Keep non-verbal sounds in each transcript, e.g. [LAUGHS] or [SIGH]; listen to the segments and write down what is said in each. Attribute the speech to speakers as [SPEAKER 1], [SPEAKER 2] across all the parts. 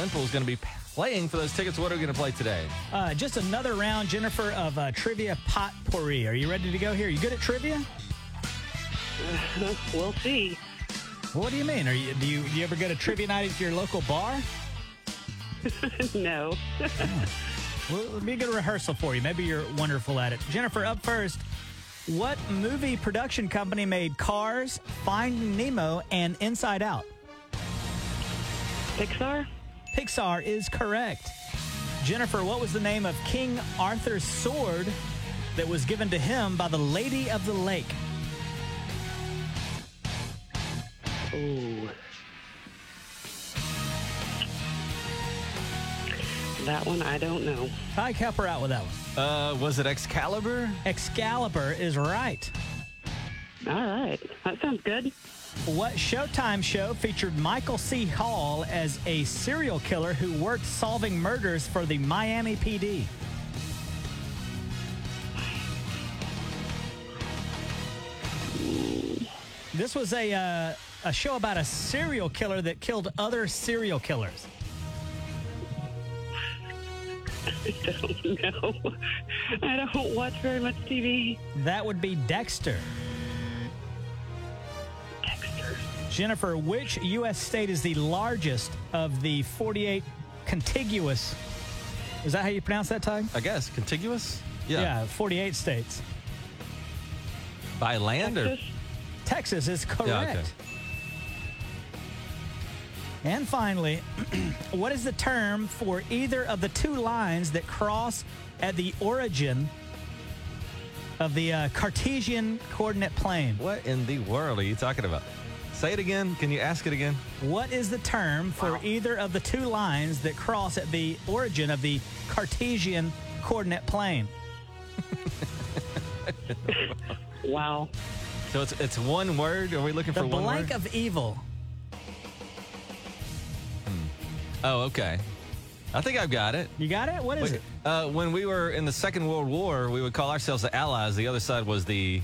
[SPEAKER 1] Simple is going to be playing for those tickets. What are we going to play today?
[SPEAKER 2] Uh, just another round, Jennifer, of uh, trivia potpourri. Are you ready to go here? You good at trivia?
[SPEAKER 3] [LAUGHS] We'll see.
[SPEAKER 2] What do you mean? Are you do you, do you ever go to trivia night at your local bar?
[SPEAKER 3] [LAUGHS]
[SPEAKER 2] [LAUGHS] Oh.
[SPEAKER 3] no.
[SPEAKER 2] Well, it'll be a good rehearsal for you. Maybe you're wonderful at it. Jennifer, up first. What movie production company made Cars, Finding Nemo, and Inside Out?
[SPEAKER 3] Pixar?
[SPEAKER 2] Pixar is correct. Jennifer, what was the name of King Arthur's sword that was given to him by the Lady of the Lake?
[SPEAKER 3] Ooh. That one I don't know.
[SPEAKER 2] Ty, help her out with that one.
[SPEAKER 1] Uh, was it Excalibur?
[SPEAKER 2] Excalibur is right.
[SPEAKER 3] All right. That sounds good.
[SPEAKER 2] What Showtime show featured Michael C. Hall as a serial killer who worked solving murders for the Miami PD? This was a uh, a show about a serial killer that killed other serial killers.
[SPEAKER 3] [LAUGHS] I don't know. I don't watch very much TV.
[SPEAKER 2] That would be Dexter.
[SPEAKER 3] Dexter.
[SPEAKER 2] Jennifer, which U.S. state is the largest of the 48 contiguous? Is that how you pronounce that, Ty?
[SPEAKER 1] I guess contiguous. Yeah.
[SPEAKER 2] Yeah, 48 states.
[SPEAKER 1] By land or
[SPEAKER 3] Texas?
[SPEAKER 2] Texas is correct.
[SPEAKER 1] Yeah, okay.
[SPEAKER 2] And finally, [CLEARS THROAT] what is the term for either of the two lines that cross at the origin of the uh, Cartesian coordinate plane?
[SPEAKER 1] what in the world are you talking about? Say it again. Can you ask it again?
[SPEAKER 2] What is the term for either of the two lines that cross at the origin of the Cartesian coordinate
[SPEAKER 1] [LAUGHS]
[SPEAKER 2] plane?
[SPEAKER 3] Wow.
[SPEAKER 1] So it's it's one word. Are we looking
[SPEAKER 2] The
[SPEAKER 1] for one
[SPEAKER 2] blank
[SPEAKER 1] word?
[SPEAKER 2] of evil.
[SPEAKER 1] oh, okay. I think I've got it.
[SPEAKER 2] You got it? What is
[SPEAKER 1] Wait,
[SPEAKER 2] it?
[SPEAKER 1] uh, when we were in the Second World War, we would call ourselves the Allies. The other side was the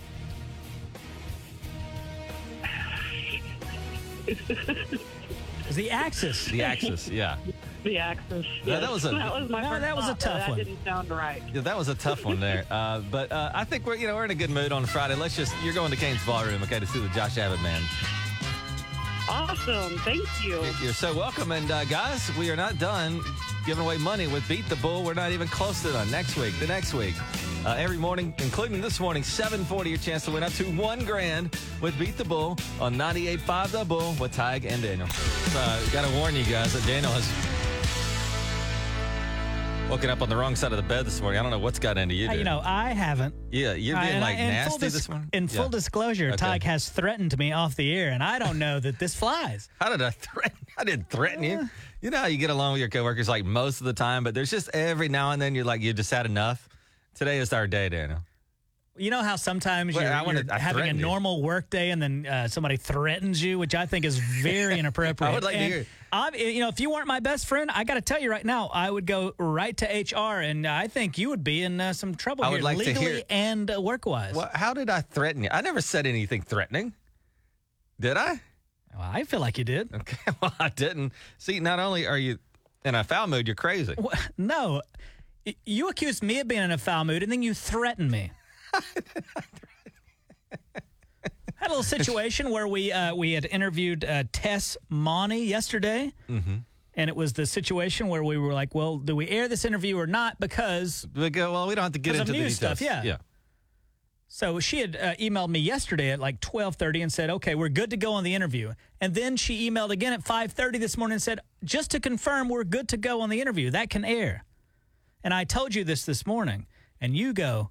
[SPEAKER 2] It's the axis.
[SPEAKER 1] the Axis. Yeah.
[SPEAKER 3] The Axis.
[SPEAKER 1] Yeah, that was a-
[SPEAKER 3] [LAUGHS] that was my
[SPEAKER 2] No,
[SPEAKER 3] first
[SPEAKER 2] that was a
[SPEAKER 3] thought,
[SPEAKER 2] tough
[SPEAKER 3] but that
[SPEAKER 2] one.
[SPEAKER 3] didn't sound right.
[SPEAKER 1] Yeah, that was a tough one [LAUGHS] there. Uh, but uh, I think we're you know we're in a good mood on Friday. Let's just you're going to Kane's Ballroom, okay, to see the Josh Abbott man.
[SPEAKER 3] Awesome. Thank you.
[SPEAKER 1] You're so welcome. And uh, guys, we are not done giving away money with Beat the Bull. We're not even close to done. Next week, the next week, uh, every morning, including this morning, 7:40, your chance to win up to one grand with Beat the Bull on 98.5 The Bull with Tig and Daniel. Uh, Got to warn you guys that Daniel has woken up on the wrong side of the bed this morning. I don't know what's got into you.
[SPEAKER 2] Uh,
[SPEAKER 1] Dude.
[SPEAKER 2] You know, I haven't.
[SPEAKER 1] yeah, you're
[SPEAKER 2] I-
[SPEAKER 1] being
[SPEAKER 2] and I-
[SPEAKER 1] like
[SPEAKER 2] in
[SPEAKER 1] nasty
[SPEAKER 2] full dis-
[SPEAKER 1] this morning.
[SPEAKER 2] In full
[SPEAKER 1] Yeah.
[SPEAKER 2] disclosure,
[SPEAKER 1] Okay.
[SPEAKER 2] Tyke has threatened me off the air, and I don't know that this flies.
[SPEAKER 1] How did I threaten? [LAUGHS] I didn't threaten you. You know how you get along with your coworkers like most of the time, but there's just every now and then you're like, you just had enough. Today is our day, Daniel.
[SPEAKER 2] You know how sometimes
[SPEAKER 1] Well,
[SPEAKER 2] you're,
[SPEAKER 1] I wanna-
[SPEAKER 2] you're
[SPEAKER 1] I
[SPEAKER 2] having a
[SPEAKER 1] threatened you.
[SPEAKER 2] normal work day and then uh, somebody threatens you, which I think
[SPEAKER 1] [LAUGHS]
[SPEAKER 2] is very inappropriate.
[SPEAKER 1] I would like to
[SPEAKER 2] And
[SPEAKER 1] hear-
[SPEAKER 2] I'm, you know, if you weren't my best friend, I got to tell you right now, I would go right to HR, and I think you would be in uh, some trouble
[SPEAKER 1] I would
[SPEAKER 2] here,
[SPEAKER 1] like to
[SPEAKER 2] legally
[SPEAKER 1] hear-
[SPEAKER 2] and uh, work-wise.
[SPEAKER 1] Well, how did I threaten you? I never said anything threatening. Did I?
[SPEAKER 2] Well, I feel like you did.
[SPEAKER 1] Okay, [LAUGHS] well, I didn't. See, not only are you in a foul mood, you're crazy.
[SPEAKER 2] Wha- [LAUGHS] No, Y- you accused me of being in a foul mood, and then you
[SPEAKER 1] [LAUGHS]
[SPEAKER 2] threatened me. had a little situation where we uh, we had interviewed uh, Tess Monty yesterday,
[SPEAKER 1] Mm-hmm,
[SPEAKER 2] and it was the situation where we were like, "Well, do we air this interview or not?" Because
[SPEAKER 1] We go, well, we don't have to get
[SPEAKER 2] 'Cause of
[SPEAKER 1] into the
[SPEAKER 2] news
[SPEAKER 1] details.
[SPEAKER 2] stuff, yeah.
[SPEAKER 1] Yeah.
[SPEAKER 2] so she had uh, emailed me yesterday at like twelve thirty and said, "Okay, we're good to go on the interview." And then she emailed again at five thirty this morning and said, "Just to confirm, we're good to go on the interview. That can air." And I told you this this morning, and you go,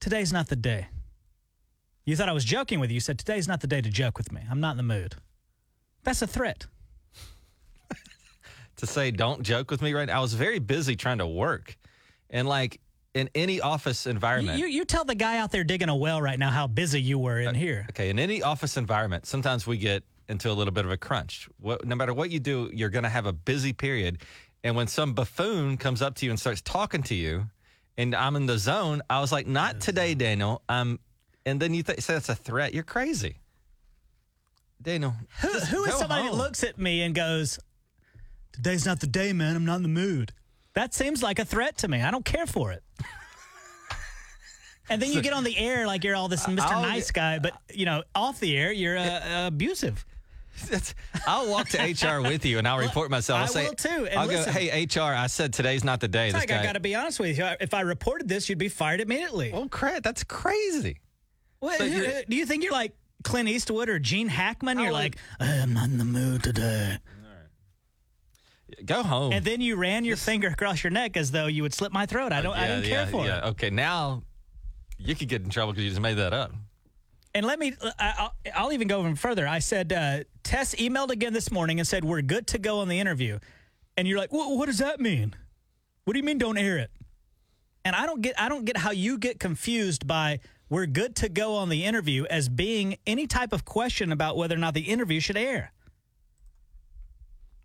[SPEAKER 2] "Today's not the day." You thought I was joking with you. You said, "Today's not the day to joke with me. I'm not in the mood." That's a threat.
[SPEAKER 1] to say don't joke with me right now. I was very busy trying to work. And like in any office
[SPEAKER 2] You,
[SPEAKER 1] environment.
[SPEAKER 2] you, you tell the guy out there digging a well right now how busy you were
[SPEAKER 1] Uh,
[SPEAKER 2] in here.
[SPEAKER 1] Okay, in any office environment, sometimes we get into a little bit of a crunch. What, no matter what you do, you're going to have a busy period. And when some buffoon comes up to you and starts talking to you, and I'm in the zone, I was like, "Not today, Daniel." Um, and then you th- say that's a threat. You're crazy, Daniel.
[SPEAKER 2] Who, who is
[SPEAKER 1] go
[SPEAKER 2] somebody
[SPEAKER 1] home.
[SPEAKER 2] that looks at me and goes, Today's not the day, man. I'm not in the mood. That seems like a threat to me. I don't care for it. and then you get on the air like you're all this mister
[SPEAKER 1] I'll-
[SPEAKER 2] Nice Guy, but you know, off the air you're uh, abusive.
[SPEAKER 1] [LAUGHS] That's, I'll walk [LAUGHS] to HR with you and I'll report myself. I'll
[SPEAKER 2] I
[SPEAKER 1] say,
[SPEAKER 2] will too, and
[SPEAKER 1] I'll
[SPEAKER 2] listen.
[SPEAKER 1] go, hey, HR, I said today's not the day.
[SPEAKER 2] It's
[SPEAKER 1] this
[SPEAKER 2] like
[SPEAKER 1] guy,
[SPEAKER 2] I got to be honest with you. If I reported this, you'd be fired immediately.
[SPEAKER 1] oh, crap. That's crazy.
[SPEAKER 2] Well,
[SPEAKER 1] So
[SPEAKER 2] who- uh,
[SPEAKER 1] you're-
[SPEAKER 2] do you think you're like Clint Eastwood or Gene Hackman? You're
[SPEAKER 1] would-
[SPEAKER 2] like, I'm not in the mood today.
[SPEAKER 1] Go home.
[SPEAKER 2] And then you ran your finger across your neck as though you would slit my throat. I don't, I don't care
[SPEAKER 1] Uh, yeah,
[SPEAKER 2] for it.
[SPEAKER 1] yeah. Okay, now you could get in trouble because you just made that up.
[SPEAKER 2] And let me, I, I'll, I'll even go even further. I said, uh, Tess emailed again this morning and said, We're good to go on the interview. And you're like, "Wha- What does that mean? What do you mean don't air it? And I don't get, I don't get how you get confused by we're good to go on the interview as being any type of question about whether or not the interview should air.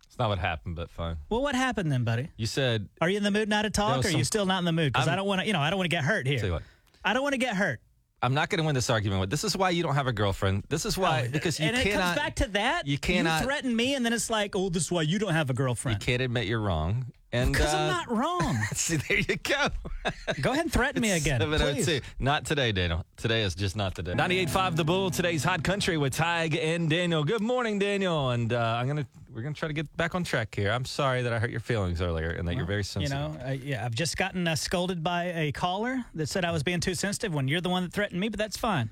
[SPEAKER 1] It's not what happened, but fine.
[SPEAKER 2] Well, what happened then, buddy?
[SPEAKER 1] You said,
[SPEAKER 2] Are you in the mood now to talk?
[SPEAKER 1] was
[SPEAKER 2] Or are you
[SPEAKER 1] some-
[SPEAKER 2] still not in the mood? Because I
[SPEAKER 1] I'm-
[SPEAKER 2] don't want to, you know, I don't want to get hurt here.
[SPEAKER 1] tell you what,
[SPEAKER 2] I don't want to get hurt.
[SPEAKER 1] I'm not going to win this argument. With this is why you don't have a girlfriend. This is why because you
[SPEAKER 2] Oh, and
[SPEAKER 1] cannot.
[SPEAKER 2] it comes back to that.
[SPEAKER 1] you cannot-
[SPEAKER 2] threaten me, and then it's like, oh, this is why you don't have a
[SPEAKER 1] you
[SPEAKER 2] girlfriend.
[SPEAKER 1] can't admit you're wrong. And
[SPEAKER 2] Because
[SPEAKER 1] uh,
[SPEAKER 2] I'm not wrong.
[SPEAKER 1] [LAUGHS] See, there you go.
[SPEAKER 2] Go ahead and threaten
[SPEAKER 1] [LAUGHS]
[SPEAKER 2] me again. please.
[SPEAKER 1] 702. Not today, Daniel. Today is just not today. 98.5 The Bull. Today's Hot Country with Tig and Daniel. Good morning, Daniel. And uh, I'm gonna we're gonna try to get back on track here. I'm sorry that I hurt your feelings earlier and that you're very
[SPEAKER 2] You
[SPEAKER 1] sensitive.
[SPEAKER 2] know, I, yeah, I've just gotten uh, scolded by a caller that said I was being too sensitive when you're the one that threatened me, but that's fine.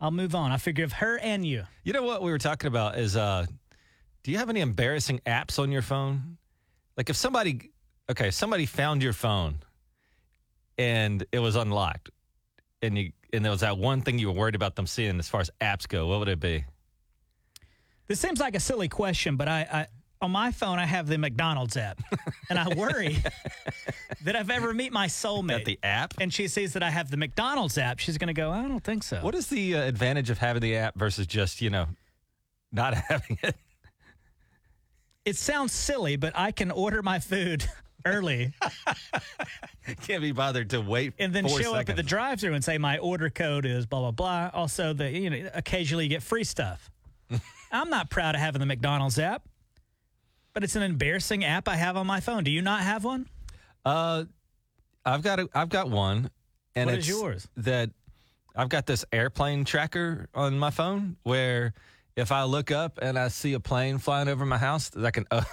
[SPEAKER 2] I'll move on. I forgive her and you.
[SPEAKER 1] You know what we were talking about is uh do you have any embarrassing apps on your phone? Like if somebody okay, if somebody found your phone and it was unlocked and you and there was that one thing you were worried about them seeing as far as apps go, what would it be?
[SPEAKER 2] This seems like a silly question, but I, I on my phone I have the
[SPEAKER 1] [LAUGHS]
[SPEAKER 2] McDonald's app, and I worry [LAUGHS] that if I ever
[SPEAKER 1] [LAUGHS]
[SPEAKER 2] meet my soulmate
[SPEAKER 1] At the app?
[SPEAKER 2] and she sees that I have the McDonald's app, she's going to go, I don't think so.
[SPEAKER 1] What is the uh, advantage of having the app versus just, you know, not [LAUGHS] having it?
[SPEAKER 2] It sounds silly, but I can order my food [LAUGHS] early
[SPEAKER 1] Can't be bothered to wait
[SPEAKER 2] and then show
[SPEAKER 1] four
[SPEAKER 2] up at the
[SPEAKER 1] seconds.
[SPEAKER 2] drive-through and say my order code is blah blah blah. Also, the you know occasionally you get
[SPEAKER 1] [LAUGHS]
[SPEAKER 2] free stuff. I'm not proud of having the McDonald's app, but it's an embarrassing app I have on my phone. Do you not have one?
[SPEAKER 1] Uh, I've got a, I've got one, and
[SPEAKER 2] What
[SPEAKER 1] it's
[SPEAKER 2] is yours?
[SPEAKER 1] That I've got this airplane tracker on my phone where if I look up and I see a plane flying over my house, that I can o-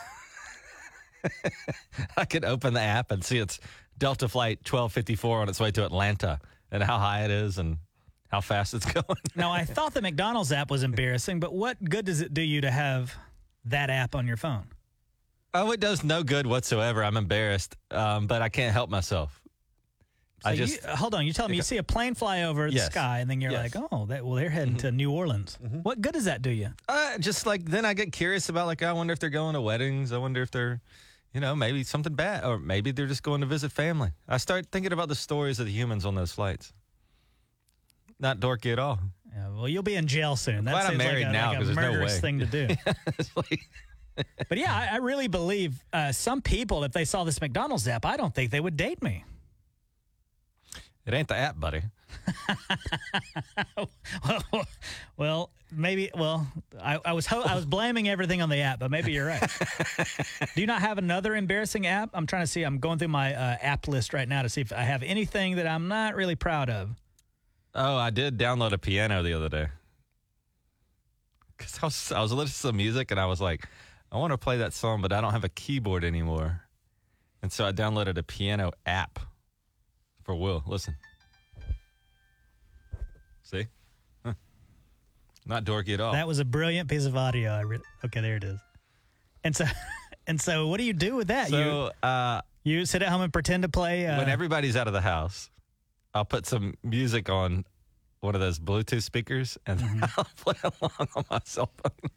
[SPEAKER 1] [LAUGHS] I can open the app and see it's Delta flight 1254 on its way to Atlanta and how high it is and how fast it's [LAUGHS] going.
[SPEAKER 2] Now I thought the McDonald's app was embarrassing, but what good does it do you to have that app on your phone?
[SPEAKER 1] Oh, it does no good whatsoever. I'm embarrassed, um, but I can't help myself. I
[SPEAKER 2] So you-
[SPEAKER 1] just
[SPEAKER 2] hold on. You tell me you see a plane fly over
[SPEAKER 1] Yes.
[SPEAKER 2] the sky, and then you're
[SPEAKER 1] Yes. Mm-hmm.
[SPEAKER 2] like, oh, that well they're heading to New Orleans. What good does that do you?
[SPEAKER 1] uh, just like then I get curious about like I wonder if they're going to weddings. I wonder if they're, you know, maybe something bad, or maybe they're just going to visit family. I start thinking about the stories of the humans on those flights. Not dorky at all.
[SPEAKER 2] Yeah, well, you'll be in jail soon. That
[SPEAKER 1] glad I'm
[SPEAKER 2] seems
[SPEAKER 1] married
[SPEAKER 2] like a,
[SPEAKER 1] now,
[SPEAKER 2] like a
[SPEAKER 1] 'cause there's no
[SPEAKER 2] murderous
[SPEAKER 1] way.
[SPEAKER 2] thing to do.
[SPEAKER 1] [LAUGHS] It's like-
[SPEAKER 2] but yeah, I, I really believe uh, some people, if they saw this McDonald's app, I don't think they would date me. [LAUGHS]
[SPEAKER 1] it ain't the app, buddy.
[SPEAKER 2] well, maybe. Well, I, I was ho- I was blaming everything on the app, but maybe you're
[SPEAKER 1] [LAUGHS]
[SPEAKER 2] right. do you not have another embarrassing app? I'm trying to see. I'm going through my uh, app list right now to see if I have anything that I'm not really proud of.
[SPEAKER 1] Oh, I did download a piano the other day. Cause I was I was listening to some music and I was like, I want to play that song, but I don't have a keyboard anymore, and so I downloaded a piano app for Will. Listen, see, Huh. not dorky at all.
[SPEAKER 2] That was a brilliant piece of audio. I re- okay, there it is. And so, [LAUGHS] and so, what do you do with that?
[SPEAKER 1] so uh,
[SPEAKER 2] you you sit at home and pretend to play. Uh,
[SPEAKER 1] when everybody's out of the house, I'll put some music on one of those Bluetooth speakers and [LAUGHS] I'll play along on my cell phone.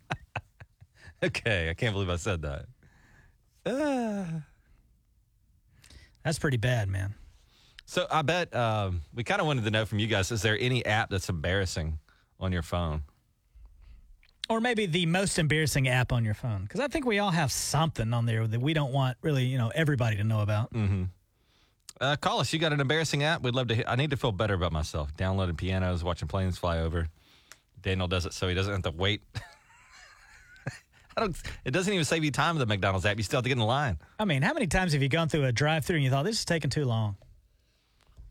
[SPEAKER 1] [LAUGHS] okay, I can't believe I said that. Uh,
[SPEAKER 2] That's pretty bad, man.
[SPEAKER 1] so I bet um, we kind of wanted to know from you guys: is there any app that's embarrassing on your phone?
[SPEAKER 2] Or maybe the most embarrassing app on your phone, because I think we all have something on there that we don't want really, you know, everybody to know about.
[SPEAKER 1] Mm-hmm. Uh, call us. You got an embarrassing app? We'd love to. Hear. I need to feel better about myself. Downloading pianos, watching planes fly over. Daniel does it so he doesn't have to wait. [LAUGHS] I don't. It doesn't even save you time with the McDonald's app. You still have to get in line.
[SPEAKER 2] I mean, how many times have you gone through a drive-through and you thought this is taking too long?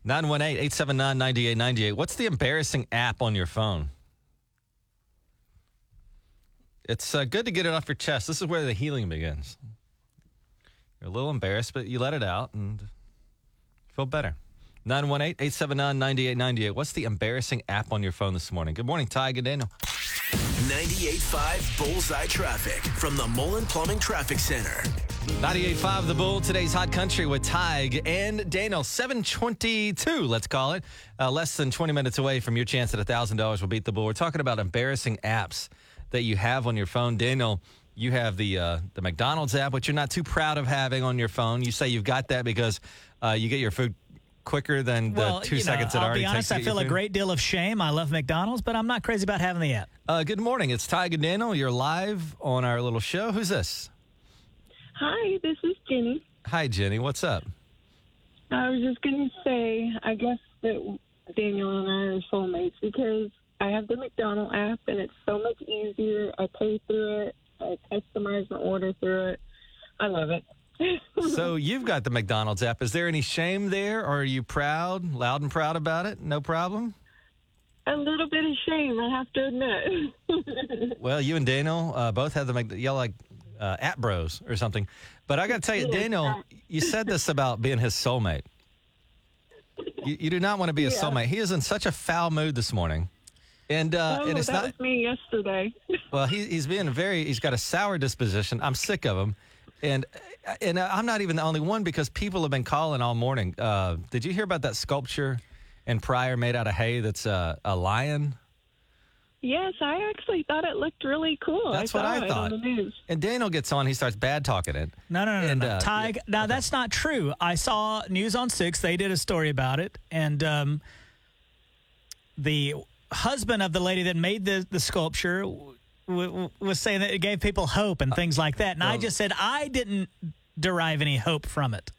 [SPEAKER 1] 918-879-9898. What's the embarrassing app on your phone? It's uh, good to get it off your chest. This is where the healing begins. You're a little embarrassed, but you let it out and feel better. 918-879-9898. What's the embarrassing app on your phone this morning? Good morning, Ty. Good Daniel.
[SPEAKER 4] 98.5 Bullseye Traffic from the Mullen Plumbing Traffic Center.
[SPEAKER 1] 98.5 The Bull, today's Hot Country with Tig and Daniel. 722, let's call it. Uh, less than 20 minutes away from your chance at $1,000 will beat the Bull. We're talking about embarrassing apps that you have on your phone. Daniel, you have the, uh, the McDonald's app, which you're not too proud of having on your phone. You say you've got that because uh, you get your food quicker than the
[SPEAKER 2] well,
[SPEAKER 1] Uh, two
[SPEAKER 2] you know,
[SPEAKER 1] seconds it
[SPEAKER 2] I'll
[SPEAKER 1] already
[SPEAKER 2] be
[SPEAKER 1] takes
[SPEAKER 2] honest,
[SPEAKER 1] to
[SPEAKER 2] I
[SPEAKER 1] get your
[SPEAKER 2] feel a
[SPEAKER 1] food.
[SPEAKER 2] great deal of shame. I love McDonald's, but I'm not crazy about having the app.
[SPEAKER 1] Uh, good morning. It's Tig and Daniel. You're live on our little show. Who's this?
[SPEAKER 3] Hi, this is Jenny.
[SPEAKER 1] Hi, Jenny. What's up?
[SPEAKER 3] I was just going to say, I guess that Daniel and I are soulmates because I have the McDonald app and it's so much easier. I pay through it, I customize my order through it. I love it.
[SPEAKER 1] So you've got the McDonald's app. Is there any shame there, or are you proud, loud and proud about it? No problem.
[SPEAKER 3] A little bit of shame, I have to admit.
[SPEAKER 1] Well, you and Daniel uh, both have the Mc- y'all like uh, app bros or something. But I got to tell you, Daniel, you said this about being his soulmate. You, you do not want to be a soulmate. He is in such a foul mood this morning, and uh,
[SPEAKER 3] oh,
[SPEAKER 1] and
[SPEAKER 3] that
[SPEAKER 1] it's not
[SPEAKER 3] was me yesterday.
[SPEAKER 1] Well, he, he's being very. He's got a sour disposition. I'm sick of him, and and I'm not even the only one because people have been calling all morning. Uh, did you hear about that sculpture in Pryor made out of hay? That's uh, a lion.
[SPEAKER 3] yes, I actually thought it looked really cool.
[SPEAKER 1] That's
[SPEAKER 3] I
[SPEAKER 1] what
[SPEAKER 3] saw
[SPEAKER 1] I
[SPEAKER 3] it
[SPEAKER 1] thought.
[SPEAKER 3] on the news.
[SPEAKER 1] And Daniel gets on. He starts bad talking it.
[SPEAKER 2] No, no, no,
[SPEAKER 1] And,
[SPEAKER 2] no. no.
[SPEAKER 1] uh,
[SPEAKER 2] Tig, now that's not true. I saw news on six. They did a story about it, and um, the husband of the lady that made the the sculpture w- w- was saying that it gave people hope and things like that. And I
[SPEAKER 1] well-
[SPEAKER 2] just said I didn't derive any hope from it.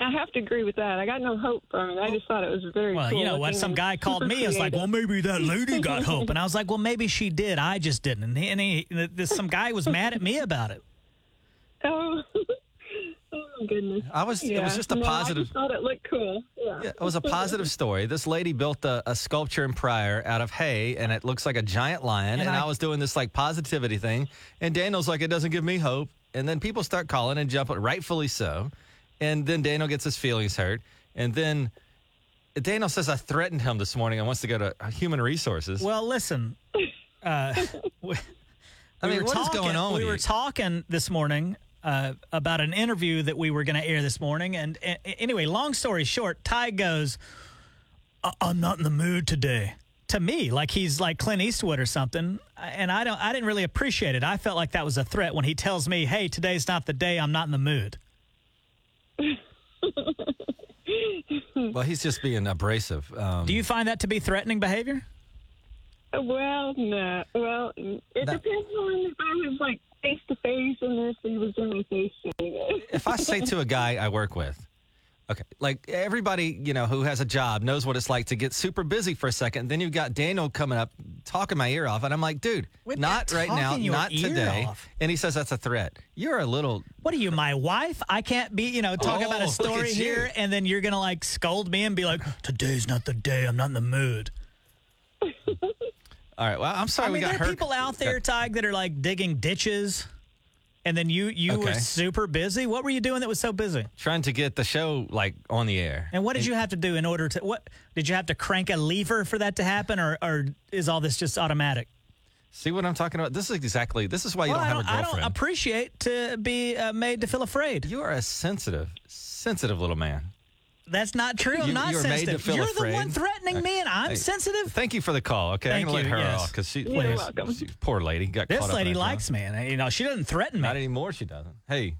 [SPEAKER 3] I have to agree with that. I got no hope from it. I just thought it was very
[SPEAKER 2] Well,
[SPEAKER 3] cool
[SPEAKER 2] you know what?
[SPEAKER 3] looking
[SPEAKER 2] Some
[SPEAKER 3] and
[SPEAKER 2] guy called
[SPEAKER 3] super
[SPEAKER 2] me. I was like,
[SPEAKER 3] creative.
[SPEAKER 2] well, maybe that
[SPEAKER 3] [LAUGHS]
[SPEAKER 2] lady got hope, and I was like, well, maybe she did. I just didn't. And, he, and he, this some guy was mad at me about it.
[SPEAKER 3] Oh, [LAUGHS] oh my goodness!
[SPEAKER 1] I was- it was just a
[SPEAKER 3] No, I
[SPEAKER 1] positive-
[SPEAKER 3] just thought it looked cool. Yeah.
[SPEAKER 1] Yeah, it was a positive story. This lady built a, a sculpture in Pryor out of hay, and it looks like a giant lion. And,
[SPEAKER 2] And
[SPEAKER 1] I,
[SPEAKER 2] I-
[SPEAKER 1] was doing this like positivity thing, and Daniel's like, "It doesn't give me hope." And then people start calling and jumping, rightfully so. And then Daniel gets his feelings hurt, and then Daniel says, "I threatened him this morning and wants to go to uh, human resources."
[SPEAKER 2] Well, listen. Uh, we,
[SPEAKER 1] I
[SPEAKER 2] we
[SPEAKER 1] mean,
[SPEAKER 2] were
[SPEAKER 1] what is
[SPEAKER 2] talking,
[SPEAKER 1] going on
[SPEAKER 2] We
[SPEAKER 1] with
[SPEAKER 2] were
[SPEAKER 1] you?
[SPEAKER 2] talking this morning uh, about an interview that we were going to air this morning, and, a- a- anyway, long story short, Ty goes, "I- "I'm not in the mood today." To me, like he's like Clint Eastwood or something, and I don't, I didn't really appreciate it. I felt like that was a threat when he tells me, "Hey, today's not the day. I'm not in the mood."
[SPEAKER 1] well, he's just being abrasive. Um,
[SPEAKER 2] Do you find that to be threatening behavior?
[SPEAKER 3] [LAUGHS] Well, no. Well, it depends on if I was like face to face and if he was in my face.
[SPEAKER 1] if I say to a guy I work with, okay, like everybody, you know, who has a job knows what it's like to get super busy for a second. Then you've got Daniel coming up talking my ear off, and I'm like, dude,
[SPEAKER 2] We're
[SPEAKER 1] not
[SPEAKER 2] not
[SPEAKER 1] right now,
[SPEAKER 2] talking your
[SPEAKER 1] not
[SPEAKER 2] ear
[SPEAKER 1] today.
[SPEAKER 2] off.
[SPEAKER 1] And he says that's a threat. You're a little.
[SPEAKER 2] What are you, my wife? I can't be, you know, talk
[SPEAKER 1] Oh,
[SPEAKER 2] about a
[SPEAKER 1] look
[SPEAKER 2] story
[SPEAKER 1] at you.
[SPEAKER 2] here and then you're going to like scold me and be like, today's not the day. I'm not in the mood.
[SPEAKER 1] All right. Well, I'm sorry
[SPEAKER 2] I
[SPEAKER 1] we
[SPEAKER 2] mean,
[SPEAKER 1] got
[SPEAKER 2] there are
[SPEAKER 1] hurt.
[SPEAKER 2] people out there, Tig, that are like digging ditches and then you, you were
[SPEAKER 1] Okay.
[SPEAKER 2] super busy. What were you doing that was so busy?
[SPEAKER 1] trying to get the show like on the air.
[SPEAKER 2] And what did you have to do in order to, what did you have to crank a lever for that to happen or, or is all this just automatic?
[SPEAKER 1] See what I'm talking about? This is exactly. This is why you
[SPEAKER 2] Well,
[SPEAKER 1] don't
[SPEAKER 2] I,
[SPEAKER 1] have
[SPEAKER 2] don't,
[SPEAKER 1] a
[SPEAKER 2] I
[SPEAKER 1] girlfriend.
[SPEAKER 2] don't appreciate to be uh, made to feel afraid.
[SPEAKER 1] you are a sensitive, sensitive little man.
[SPEAKER 2] That's not true. I'm
[SPEAKER 1] You-
[SPEAKER 2] not
[SPEAKER 1] you were made to
[SPEAKER 2] sensitive.
[SPEAKER 1] feel
[SPEAKER 2] you're
[SPEAKER 1] afraid.
[SPEAKER 2] the one threatening me, and I'm
[SPEAKER 1] Hey,
[SPEAKER 2] sensitive.
[SPEAKER 1] Thank you for the call. Okay,
[SPEAKER 2] Thank
[SPEAKER 1] I'm gonna
[SPEAKER 2] you,
[SPEAKER 1] let her
[SPEAKER 2] yes.
[SPEAKER 1] off because she,
[SPEAKER 3] You're welcome.
[SPEAKER 1] she- poor lady, got caught
[SPEAKER 2] This
[SPEAKER 1] up in
[SPEAKER 2] lady
[SPEAKER 1] that drama.
[SPEAKER 2] likes me, and you know she doesn't threaten
[SPEAKER 1] Not
[SPEAKER 2] me.
[SPEAKER 1] anymore. She doesn't. Hey,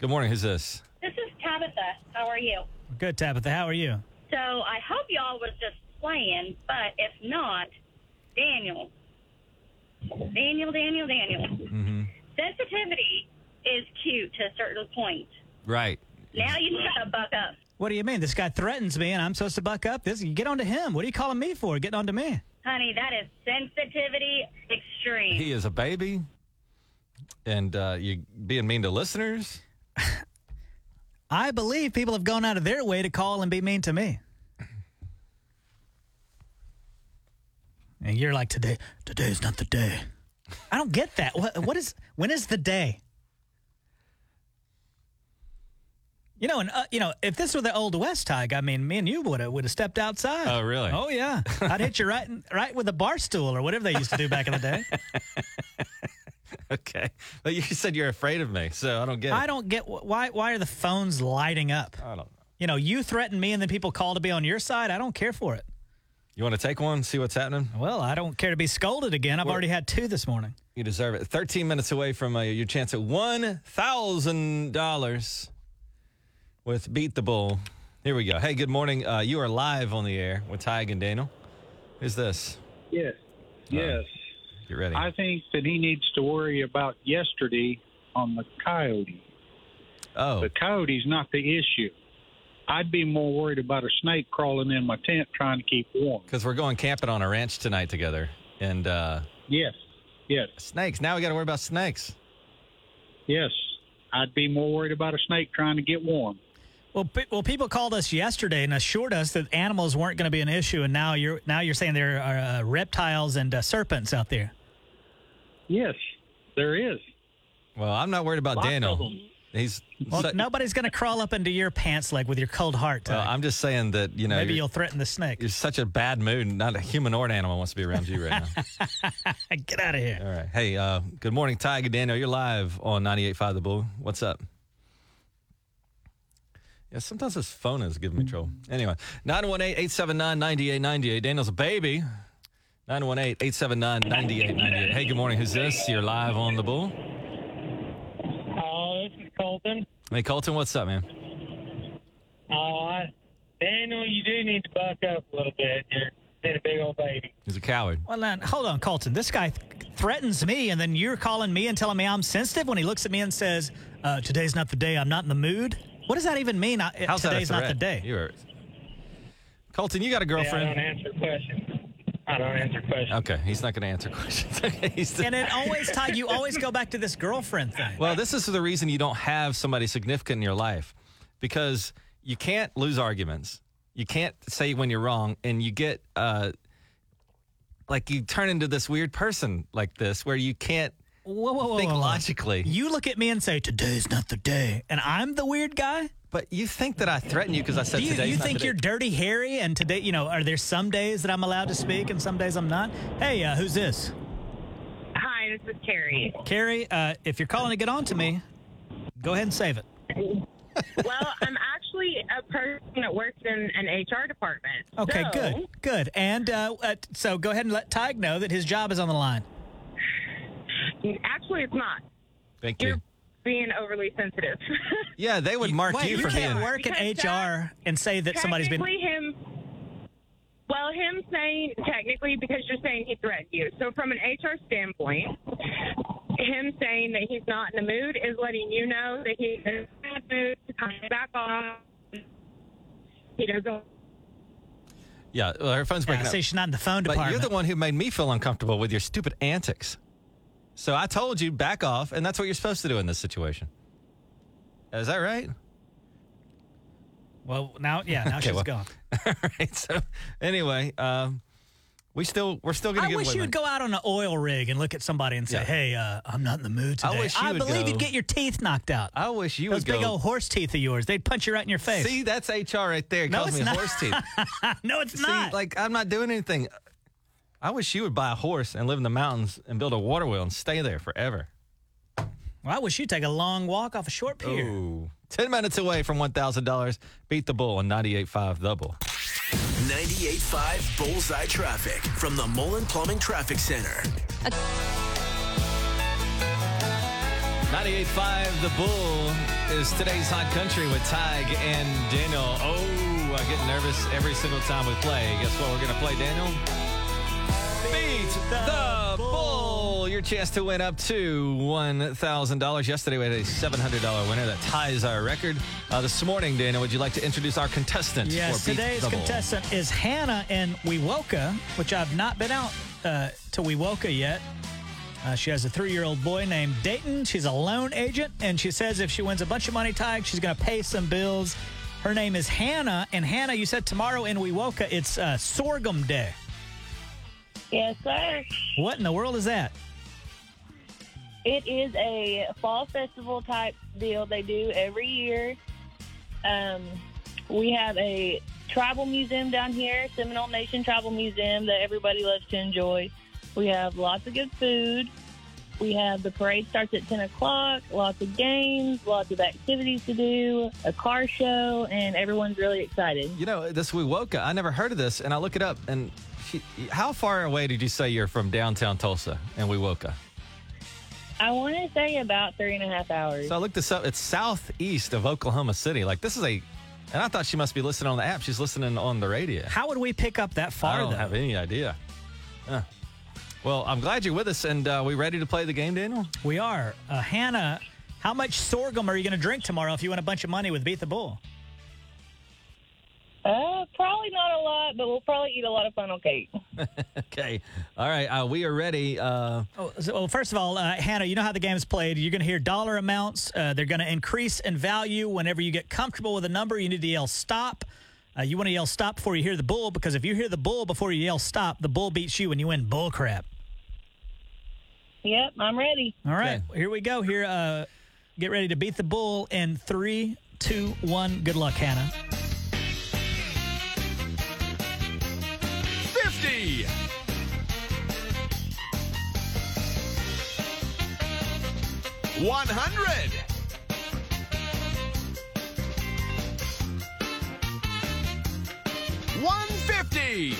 [SPEAKER 1] good morning. Who's this?
[SPEAKER 5] This is Tabitha. How are you?
[SPEAKER 2] Good, Tabitha. How are you?
[SPEAKER 5] So I hope y'all was just playing, but if not, Daniel. Daniel, Daniel, Daniel.
[SPEAKER 1] Mm-hmm.
[SPEAKER 5] Sensitivity is cute to a certain point.
[SPEAKER 1] Right.
[SPEAKER 5] Now you gotta buck up.
[SPEAKER 2] What do you mean? This guy threatens me, and I'm supposed to buck up. This get onto him. What are you calling me for? Getting onto me?
[SPEAKER 5] Honey, that is sensitivity extreme.
[SPEAKER 1] He is a baby. and uh, you being mean to listeners.
[SPEAKER 2] I believe people have gone out of their way to call and be mean to me. And you're like today. Today's not the day. I don't get that. What, what is? When is the day? You know, and uh, you know, if this were the old West, Tig, I mean, me and you would have would have stepped outside.
[SPEAKER 1] Oh, really?
[SPEAKER 2] Oh, yeah. I'd hit you right, right with a bar stool or whatever they used to do back in the day.
[SPEAKER 1] Okay, but you said you're afraid of me, so I don't get.
[SPEAKER 2] I
[SPEAKER 1] it.
[SPEAKER 2] don't get wh- why. Why are the phones lighting up?
[SPEAKER 1] I don't. know.
[SPEAKER 2] You know, you threaten me, and then people call to be on your side. I don't care for it.
[SPEAKER 1] You want to take one? See what's happening.
[SPEAKER 2] Well, I don't care to be scolded again. I've already had two this morning.
[SPEAKER 1] You deserve it. 13 minutes away from uh, your chance at $1,000 with Beat the Bull. Here we go. Hey, good morning. Uh, you are live on the air with Tig and Daniel. Who's this?
[SPEAKER 6] Yes. Yes.
[SPEAKER 1] You ready?
[SPEAKER 6] I think that he needs to worry about yesterday on the coyote.
[SPEAKER 1] oh,
[SPEAKER 6] The coyote's not the issue. I'd be more worried about a snake crawling in my tent trying to keep warm.
[SPEAKER 1] because we're going camping on a ranch tonight together. And uh,
[SPEAKER 6] Yes. Yes.
[SPEAKER 1] snakes. Now we got to worry about snakes.
[SPEAKER 6] Yes. I'd be more worried about a snake trying to get warm.
[SPEAKER 2] Well, pe- well, people called us yesterday and assured us that animals weren't going to be an issue, and now you're now you're saying there are uh, reptiles and uh, serpents out there.
[SPEAKER 6] Yes. There is.
[SPEAKER 1] Well, I'm not worried about
[SPEAKER 6] Lots of
[SPEAKER 1] Daniel.
[SPEAKER 6] them.
[SPEAKER 1] He's. uh,
[SPEAKER 2] Well,
[SPEAKER 1] so-
[SPEAKER 2] nobody's going to crawl up into your pants leg with your cold heart.
[SPEAKER 1] well,
[SPEAKER 2] Ty.
[SPEAKER 1] I'm just saying that, you know,
[SPEAKER 2] Maybe
[SPEAKER 1] you're,
[SPEAKER 2] you'll threaten the snake.
[SPEAKER 1] you're such a bad mood. Not a human or an animal wants to be around
[SPEAKER 2] [LAUGHS]
[SPEAKER 1] you right now.
[SPEAKER 2] Get out of here.
[SPEAKER 1] All right. Hey, uh, good morning, Tiger Daniel. You're live on 98.5 The Bull. What's up? Yeah, sometimes this phone is giving me trouble. Anyway, 918-879-9898. Daniel's a baby. 918-879-9898. Hey, good morning. Who's this? You're live on The Bull.
[SPEAKER 7] Oh, this is Colton.
[SPEAKER 1] Hey, Colton, what's up, man?
[SPEAKER 7] Oh, I, Daniel, you do need to buck up a little bit. You're been a big old baby.
[SPEAKER 1] He's a coward.
[SPEAKER 2] Well, now, hold on, Colton. This guy th- threatens me, and then you're calling me and telling me I'm sensitive when he looks at me and says, uh, "Today's not the day. I'm not in the mood." What does that even mean? I, uh,
[SPEAKER 1] How's
[SPEAKER 2] today's
[SPEAKER 1] that a
[SPEAKER 2] not the
[SPEAKER 1] threat?
[SPEAKER 2] day.
[SPEAKER 1] You're... Colton, you got a
[SPEAKER 7] Yeah, I don't
[SPEAKER 1] girlfriend?
[SPEAKER 7] answer questions. I don't answer questions.
[SPEAKER 1] okay, he's not going to answer [LAUGHS] questions. He's-
[SPEAKER 2] and it always, Ty, you always go back to this girlfriend thing.
[SPEAKER 1] Well, this is the reason you don't have somebody significant in your life because you can't lose arguments. You can't say when you're wrong, and you get uh, like you turn into this weird person like this where you can't
[SPEAKER 2] Whoa, whoa, whoa,
[SPEAKER 1] think
[SPEAKER 2] whoa, whoa.
[SPEAKER 1] logically.
[SPEAKER 2] You look at me and say, "Today's not the day," and I'm the weird guy.
[SPEAKER 1] but you think that I threaten you because I said
[SPEAKER 2] Do you,
[SPEAKER 1] today's
[SPEAKER 2] you
[SPEAKER 1] not
[SPEAKER 2] think
[SPEAKER 1] the
[SPEAKER 2] you're
[SPEAKER 1] day.
[SPEAKER 2] dirty, Harry? And today, you know, are there some days that I'm allowed to speak and some days I'm not? Hey, uh, who's this?
[SPEAKER 8] Hi, this is Terry.
[SPEAKER 2] Carrie, uh, if you're calling to get on to me, go ahead and save it.
[SPEAKER 8] Well, I'm actually a person that works in an HR department.
[SPEAKER 2] Okay,
[SPEAKER 8] So,
[SPEAKER 2] good, good. And uh, uh, so go ahead and let Tig know that his job is on the line.
[SPEAKER 8] Actually, it's not.
[SPEAKER 1] Thank you.
[SPEAKER 8] You're being overly sensitive. [LAUGHS]
[SPEAKER 1] Yeah, they would mark
[SPEAKER 2] Wait,
[SPEAKER 1] you, for
[SPEAKER 2] can't
[SPEAKER 1] being.
[SPEAKER 2] work in
[SPEAKER 8] Because
[SPEAKER 2] HR and say that somebody's been.
[SPEAKER 8] technically, him. Well, him saying technically because you're saying he threatened you. So from an HR standpoint, him saying that he's not in the mood is letting you know that he's in a bad mood to come back off. He doesn't
[SPEAKER 1] Yeah, well, her phone's breaking
[SPEAKER 2] I
[SPEAKER 1] up.
[SPEAKER 2] say she's not in the phone
[SPEAKER 1] But
[SPEAKER 2] department.
[SPEAKER 1] you're the one who made me feel uncomfortable with your stupid antics. So I told you back off, and that's what you're supposed to do in this situation. Is that right?
[SPEAKER 2] Well, now, yeah,
[SPEAKER 1] [LAUGHS]
[SPEAKER 2] now
[SPEAKER 1] Okay,
[SPEAKER 2] she's
[SPEAKER 1] well,
[SPEAKER 2] gone.
[SPEAKER 1] All right. So anyway, um, we still we're still gonna
[SPEAKER 2] I
[SPEAKER 1] give
[SPEAKER 2] wish
[SPEAKER 1] away
[SPEAKER 2] you would
[SPEAKER 1] money.
[SPEAKER 2] go out on an oil rig and look at somebody and say,
[SPEAKER 1] Yeah.
[SPEAKER 2] "Hey, uh, I'm not in the mood
[SPEAKER 1] I
[SPEAKER 2] today."
[SPEAKER 1] wish you would
[SPEAKER 2] believe
[SPEAKER 1] go-
[SPEAKER 2] you'd get your teeth knocked out.
[SPEAKER 1] I wish you
[SPEAKER 2] Those
[SPEAKER 1] would go.
[SPEAKER 2] big old horse teeth of yours, they'd punch you right in your face.
[SPEAKER 1] See, that's HR right there. It
[SPEAKER 2] No,
[SPEAKER 1] calls
[SPEAKER 2] it's
[SPEAKER 1] me
[SPEAKER 2] not.
[SPEAKER 1] horse teeth.
[SPEAKER 2] [LAUGHS] no, it's
[SPEAKER 1] See,
[SPEAKER 2] not.
[SPEAKER 1] like I'm not doing anything. I wish you would buy a horse and live in the mountains and build a water wheel and stay there forever.
[SPEAKER 2] well, I wish you'd take a long walk off a short pier.
[SPEAKER 1] Ooh. 10 minutes away from $1,000. Beat the bull on 98.5 The Bull.
[SPEAKER 4] 98.5 Bullseye Traffic from the Mullen Plumbing Traffic Center.
[SPEAKER 1] 98.5 The Bull is today's hot country with Tig and Daniel. Oh, I get nervous every single time we play. Guess what we're going to play, Daniel? Beat the Bull. Your chance to win up to $1,000. Yesterday we had a $700 winner that ties our record. Uh, this morning, Daniel, would you like to introduce our contestant?
[SPEAKER 2] Yes,
[SPEAKER 1] for Beat
[SPEAKER 2] today's
[SPEAKER 1] the Bull?
[SPEAKER 2] contestant is Hannah in Wewoka, which I've not been out uh, to Wewoka yet. Uh, she has a three year old boy named Dayton. She's a loan agent, and she says if she wins a bunch of money tag, she's going to pay some bills. Her name is Hannah, and Hannah, you said tomorrow in Wewoka it's uh, Sorghum Day.
[SPEAKER 9] Yes, sir.
[SPEAKER 2] What in the world is that?
[SPEAKER 9] It is a fall festival type deal they do every year. Um, we have a tribal museum down here, Seminole Nation Tribal Museum, that everybody loves to enjoy. We have lots of good food. We have the parade starts at 10 o'clock, lots of games, lots of activities to do, a car show, and everyone's really excited.
[SPEAKER 1] You know, Uh, this Wewoka, I never heard of this, and I look it up. And she, how far away did you say you're from downtown Tulsa and Wewoka?
[SPEAKER 9] I want to say about three and a half hours.
[SPEAKER 1] So I looked this up. It's southeast of Oklahoma City. Like this is a, and I thought she must be listening on the app. She's listening on the radio.
[SPEAKER 2] How would we pick up that
[SPEAKER 1] I
[SPEAKER 2] far,
[SPEAKER 1] don't
[SPEAKER 2] though?
[SPEAKER 1] have any idea. Huh. Well, I'm glad you're with us, and uh, we ready to play the game, Daniel?
[SPEAKER 2] We are. Uh, Hannah, how much sorghum are you going to drink tomorrow if you win a bunch of money with Beat the Bull?
[SPEAKER 9] Uh, probably not a lot, but we'll probably eat a lot of funnel cake.
[SPEAKER 1] Okay. All right. Uh, we are ready. Uh,
[SPEAKER 2] Oh, so, well, first of all, uh, Hannah, you know how the game's played. You're going to hear dollar amounts. Uh, they're going to increase in value. Whenever you get comfortable with a number, you need to yell stop. Uh, you want to yell stop before you hear the bull because if you hear the bull before you yell stop, the bull beats you and you win bull crap.
[SPEAKER 9] Yep, I'm ready.
[SPEAKER 2] All right, here we go. Here, uh, get ready to beat the bull in three, two, one. Good luck, Hannah.
[SPEAKER 10] 50, 100, 150,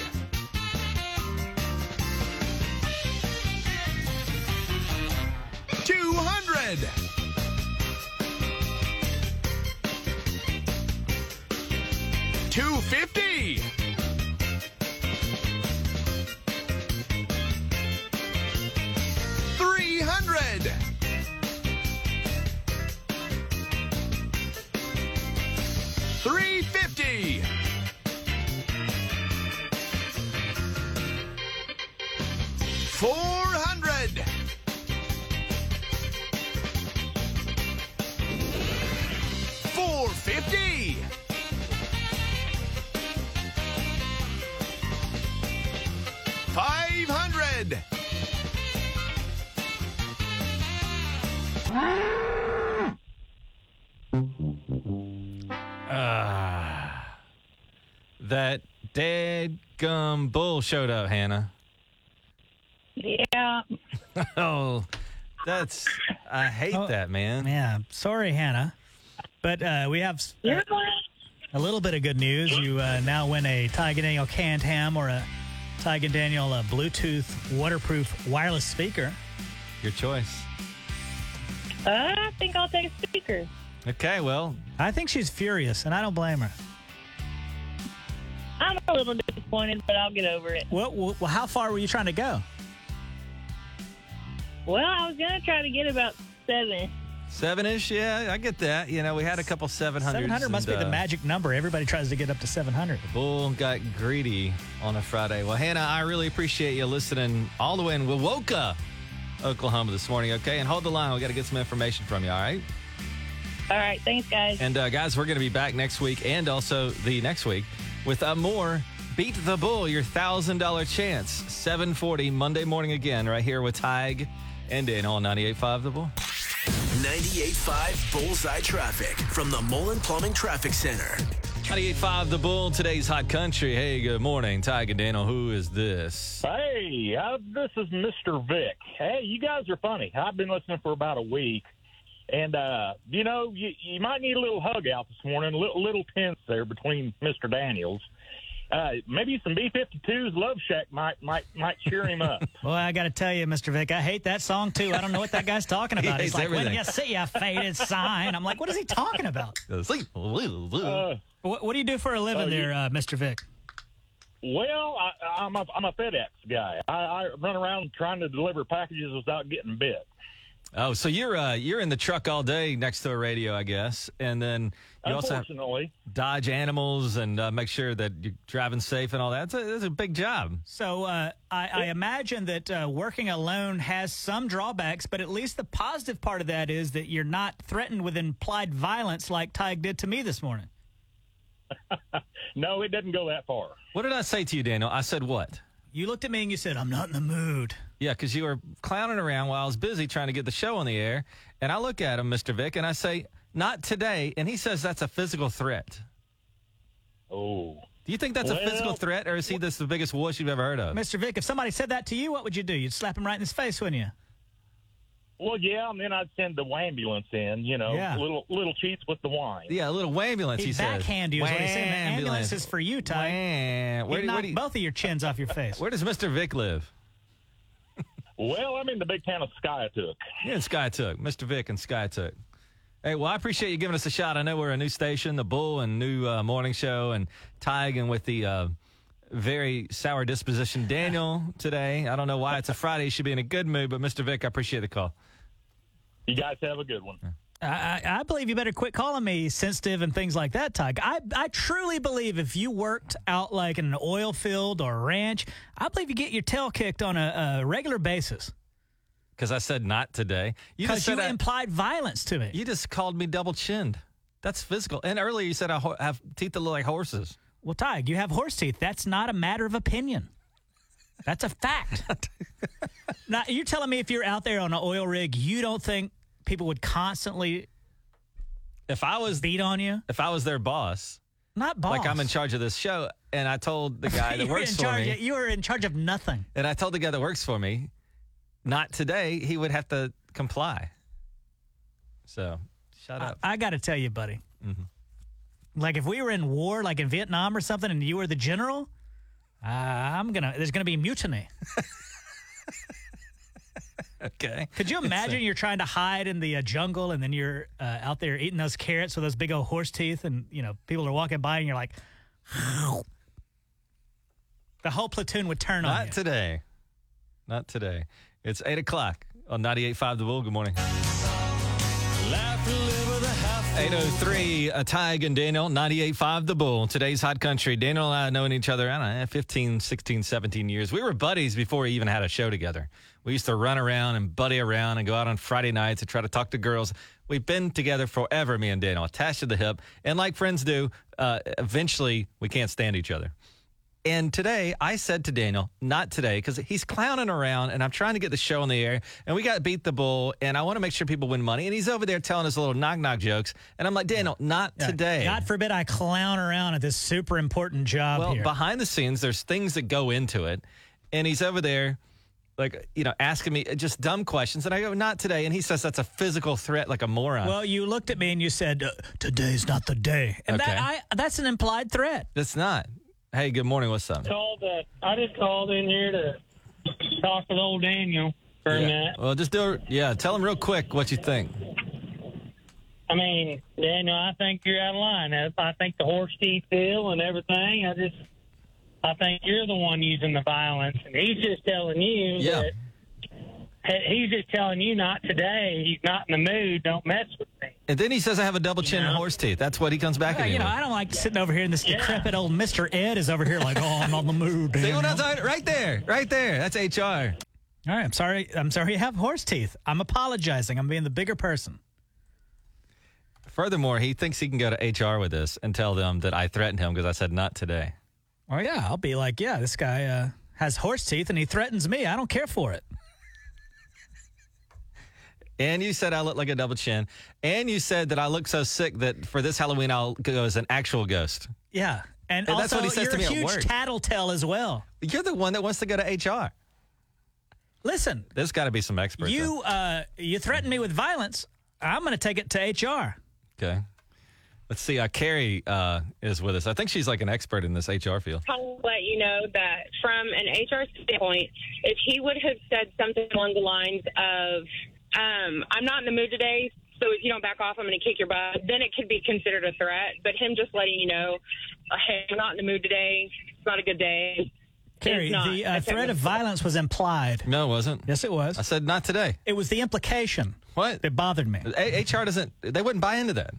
[SPEAKER 10] 200, 250. 300. 350. 400. 450. 500.
[SPEAKER 2] Uh.
[SPEAKER 1] Ah. that dead gum bull showed up, Hannah. [LAUGHS]
[SPEAKER 9] Yeah,
[SPEAKER 1] Oh, that's I hate
[SPEAKER 2] Oh,
[SPEAKER 1] that, man.
[SPEAKER 2] Yeah, sorry, Hannah, but uh, we have s-
[SPEAKER 9] you're fine.
[SPEAKER 2] a little bit of good news. You uh, now win a Tiger Daniel canned ham or a Tiger Daniel uh, Bluetooth waterproof wireless speaker.
[SPEAKER 1] Your choice.
[SPEAKER 9] Uh, I think I'll take a speaker.
[SPEAKER 1] Okay. Well,
[SPEAKER 2] I think she's furious, and I don't blame her.
[SPEAKER 9] I'm a little disappointed, but I'll get over it.
[SPEAKER 2] Well, well well, how far were you trying to go?
[SPEAKER 9] Well, I was gonna try to get about seven.
[SPEAKER 1] seven ish. Yeah, I get that. You know, we had a couple seven hundred. uh,
[SPEAKER 2] 700 must be the magic number. Everybody tries to get up to 700.
[SPEAKER 1] Bull got greedy on a Friday. Well, Hannah, I really appreciate you listening all the way in Wewoka, Oklahoma this morning. Okay, and hold the line. We got to get some information from you. All right.
[SPEAKER 9] All right, thanks, guys.
[SPEAKER 1] And uh, guys, we're going to be back next week and also the next week with uh, more Beat the Bull, your thousand dollar chance, seven forty Monday morning again, right here with Tig and Daniel on 98.5 The Bull.
[SPEAKER 4] 98.5 Bullseye Traffic from the Mullen Plumbing Traffic Center.
[SPEAKER 1] 98.5 The Bull, today's hot country. Hey, good morning, Tig and Daniel. Who is this?
[SPEAKER 7] Hey, I, this is Mr. Vic. Hey, you guys are funny. I've been listening for about a week, and uh, you know, you, you might need a little hug out this morning. Little, little tense there between Mr. Daniels. Uh, maybe some B-52s Love Shack might might might cheer him up.
[SPEAKER 2] Well, I got to tell you, Mr. Vick, I hate that song too. I don't know what that guy's talking about.
[SPEAKER 1] [LAUGHS] He
[SPEAKER 2] He's
[SPEAKER 1] hates
[SPEAKER 2] like, when
[SPEAKER 1] everything.
[SPEAKER 2] you see a faded sign, I'm like, what is he talking about?
[SPEAKER 7] Uh,
[SPEAKER 2] What, what do you do for a living
[SPEAKER 7] Oh, you-
[SPEAKER 2] there, uh, Mr. Vick?
[SPEAKER 7] well, I, I'm a, I'm a FedEx guy. I, I run around trying to deliver packages without getting bit.
[SPEAKER 1] Oh, so you're uh, you're in the truck all day next to a radio, I guess, and then you also have
[SPEAKER 7] Unfortunately.
[SPEAKER 1] dodge animals and uh, make sure that you're driving safe and all that. That's a, that's a big job.
[SPEAKER 2] So uh, I, I imagine that uh, working alone has some drawbacks, but at least the positive part of that is that you're not threatened with implied violence like Tig did to me this morning.
[SPEAKER 7] No, it doesn't go that far.
[SPEAKER 1] What did I say to you, Daniel? I said what?
[SPEAKER 2] You looked at me and you said, "I'm not in the mood."
[SPEAKER 1] Yeah, because you were clowning around while I was busy trying to get the show on the air, and I look at him, Mr. Vick, and I say, "Not today," and he says that's a physical threat.
[SPEAKER 7] Oh.
[SPEAKER 1] Do you think that's a physical
[SPEAKER 7] Well-
[SPEAKER 1] threat, or is he this the biggest wuss you've ever heard of?
[SPEAKER 2] Mr. Vick, if somebody said that to you, what would you do? You'd slap him right in his face, wouldn't you?
[SPEAKER 7] Well, yeah, and then I'd send the ambulance in, you know,
[SPEAKER 2] Yeah.
[SPEAKER 7] little little cheats with the wine.
[SPEAKER 1] Yeah, a little wambulance. He,
[SPEAKER 2] He'd
[SPEAKER 1] says.
[SPEAKER 2] backhand you is what he's saying. The ambulance
[SPEAKER 1] Wambulance.
[SPEAKER 2] is for you, Tig.
[SPEAKER 1] Wham. Where, do-
[SPEAKER 2] He'd knock
[SPEAKER 1] where, do you-
[SPEAKER 2] both of your chins off your face.
[SPEAKER 1] where does Mr. Vick live?
[SPEAKER 7] [LAUGHS] Well, I'm in the big town of Skyatook.
[SPEAKER 1] You and Skytook, Mr. Vick and Skytook. Hey, well, I appreciate you giving us a shot. I know we're a new station, the Bull and new uh, morning show, and tying in with the uh, very sour disposition
[SPEAKER 7] [LAUGHS]
[SPEAKER 1] Daniel today. I don't know why it's a Friday; he should be in a good mood. But Mr. Vick, I appreciate the call.
[SPEAKER 7] You guys have a good one.
[SPEAKER 2] I, I I believe you better quit calling me sensitive and things like that, Tig. I, I truly believe if you worked out like in an oil field or a ranch, I believe you get your tail kicked on a, a regular basis
[SPEAKER 1] Because I said not today. You just
[SPEAKER 2] because you
[SPEAKER 1] said I-
[SPEAKER 2] implied violence to me.
[SPEAKER 1] you just called me double chinned. That's physical. And earlier you said I ho- have teeth that look like horses.
[SPEAKER 2] well, Tig, you have horse teeth. That's not a matter of opinion. That's
[SPEAKER 1] [LAUGHS]
[SPEAKER 2] a fact. now you're telling me if you're out there on an oil rig, you don't think people would constantly
[SPEAKER 1] If I was
[SPEAKER 2] beat on you?
[SPEAKER 1] if I was their boss,
[SPEAKER 2] Not boss.
[SPEAKER 1] like I'm in charge of this show, and I told the
[SPEAKER 2] [LAUGHS]
[SPEAKER 1] guy that
[SPEAKER 2] You were in
[SPEAKER 1] works for
[SPEAKER 2] charge-
[SPEAKER 1] me.
[SPEAKER 2] You were in charge of nothing.
[SPEAKER 1] And I told the guy that works for me, not today. He would have to comply. So [LAUGHS] shut
[SPEAKER 2] I-
[SPEAKER 1] up.
[SPEAKER 2] I, got to tell you, buddy.
[SPEAKER 1] mm-hmm.
[SPEAKER 2] Like if we were in war, like in Vietnam or something, and you were the general, uh, I'm gonna. There's gonna be mutiny.
[SPEAKER 1] okay. [LAUGHS]
[SPEAKER 2] Could you imagine you're trying to hide in the uh, jungle, and then you're uh, out there eating those carrots with those big old horse teeth, and you know people are walking by, and
[SPEAKER 1] [LAUGHS]
[SPEAKER 2] you're like, the whole platoon would turn on
[SPEAKER 1] Not
[SPEAKER 2] you.
[SPEAKER 1] today. Not today. It's eight o'clock on 98.5 The Bull. Good morning. 803 a oh uh, Tig and Daniel, 98.5 The Bull. Today's hot country. Daniel and I have known each other, I don't know, 15, 16, 17 years. We were buddies before we even had a show together. We used to run around and buddy around and go out on Friday nights and try to talk to girls. We've been together forever, me and Daniel, attached to the hip. And like friends do, uh, eventually we can't stand each other. And today I said to Daniel, not today, because he's clowning around and I'm trying to get the show on the air. And we got beat the bull, and I want to make sure people win money. And he's over there telling us little knock knock jokes. And I'm like, Daniel, not
[SPEAKER 2] Yeah.
[SPEAKER 1] today.
[SPEAKER 2] God forbid I clown around at this super important job
[SPEAKER 1] well,
[SPEAKER 2] here.
[SPEAKER 1] behind the scenes, there's things that go into it. And he's over there, like, you know, asking me just dumb questions. And I go, not today. And he says that's a physical threat, like a moron.
[SPEAKER 2] Well, you looked at me and you said, uh, "Today's not the day," and
[SPEAKER 1] Okay.
[SPEAKER 2] that, I, that's an implied threat.
[SPEAKER 1] That's not. Hey, good morning. What's up?
[SPEAKER 11] called. Uh, I just called in here to talk with old Daniel for a minute.
[SPEAKER 1] Well, just do it. Yeah, tell him real quick what you think.
[SPEAKER 11] I mean, Daniel, I think you're out of line. I, I think the horse teeth deal and everything. I just, I think you're the one using the violence, and he's just telling you
[SPEAKER 1] Yeah.
[SPEAKER 11] that. he- He's just telling you not today. He's not in the mood. Don't mess with me.
[SPEAKER 1] And then he says I have a double chin and
[SPEAKER 11] Yeah.
[SPEAKER 1] horse teeth. That's what he comes back at
[SPEAKER 2] Yeah,
[SPEAKER 1] me
[SPEAKER 2] you know,
[SPEAKER 1] with.
[SPEAKER 2] I don't like sitting over here and this
[SPEAKER 11] Yeah.
[SPEAKER 2] decrepit old Mr. Ed is over here like, oh, I'm on
[SPEAKER 1] [LAUGHS]
[SPEAKER 2] the mood.
[SPEAKER 1] See what
[SPEAKER 2] Daniel."
[SPEAKER 1] I'm talking- Right there. Right there. That's HR.
[SPEAKER 2] All right, I'm sorry. I'm sorry you have horse teeth. I'm apologizing. I'm being the bigger person.
[SPEAKER 1] Furthermore, he thinks he can go to HR with this and tell them that I threatened him because I said not today.
[SPEAKER 2] Oh, yeah. I'll be like, yeah, this guy uh, has horse teeth and he threatens me. I don't care for it.
[SPEAKER 1] And you said I look like a double chin. And you said that I look so sick that for this Halloween I'll go as an actual ghost.
[SPEAKER 2] Yeah. And,
[SPEAKER 1] And
[SPEAKER 2] also,
[SPEAKER 1] that's what he says
[SPEAKER 2] you're
[SPEAKER 1] to me
[SPEAKER 2] a
[SPEAKER 1] at
[SPEAKER 2] huge
[SPEAKER 1] work.
[SPEAKER 2] tattletale as well.
[SPEAKER 1] You're the one that wants to go to HR.
[SPEAKER 2] Listen,
[SPEAKER 1] There's got to be some experts.
[SPEAKER 2] you uh, you threaten me with violence. I'm going to take it to HR.
[SPEAKER 1] Okay. Let's see. Uh, Carrie uh, is with us. I think she's like an expert in this HR field.
[SPEAKER 9] I will let you know that from an HR standpoint, if he would have said something along the lines of, um, I'm not in the mood today, so if you don't back off, I'm going to kick your butt, then it could be considered a threat. But him just letting you know, uh, hey, I'm not in the mood today, it's not a good day.
[SPEAKER 2] Carrie,
[SPEAKER 9] not.
[SPEAKER 2] the uh,
[SPEAKER 9] That's
[SPEAKER 2] threat of
[SPEAKER 9] everyone's-
[SPEAKER 2] violence was implied.
[SPEAKER 1] No, it wasn't.
[SPEAKER 2] Yes, it was.
[SPEAKER 1] I said not today.
[SPEAKER 2] It was the implication.
[SPEAKER 1] What?
[SPEAKER 2] That bothered me.
[SPEAKER 1] A- HR doesn't, they wouldn't buy into that.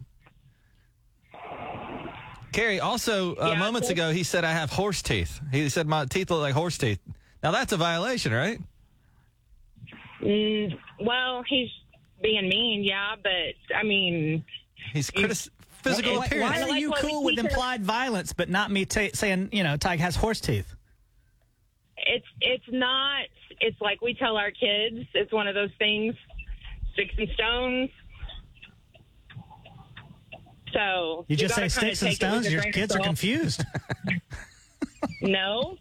[SPEAKER 1] Carrie, also, uh, moments ago, he said, I have horse teeth. He said, my teeth look like horse teeth. Now, that's a violation, right?
[SPEAKER 8] Mm, well, he's being mean, yeah, but I mean,
[SPEAKER 1] he's critic-
[SPEAKER 8] physical
[SPEAKER 2] why,
[SPEAKER 8] appearance.
[SPEAKER 2] Why are
[SPEAKER 8] Like
[SPEAKER 2] you
[SPEAKER 8] what we
[SPEAKER 2] cool with
[SPEAKER 8] see here-
[SPEAKER 2] implied violence, but not me ta saying, you know, Tig has horse teeth?
[SPEAKER 8] it's it's not. It's like we tell our kids. It's one of those things, sticks and stones. So
[SPEAKER 2] You just say
[SPEAKER 8] gotta kinda
[SPEAKER 2] sticks and
[SPEAKER 8] take it with
[SPEAKER 2] stones,
[SPEAKER 8] a
[SPEAKER 2] your
[SPEAKER 8] grain of
[SPEAKER 2] kids are
[SPEAKER 8] salt.
[SPEAKER 2] confused. [LAUGHS]
[SPEAKER 8] No,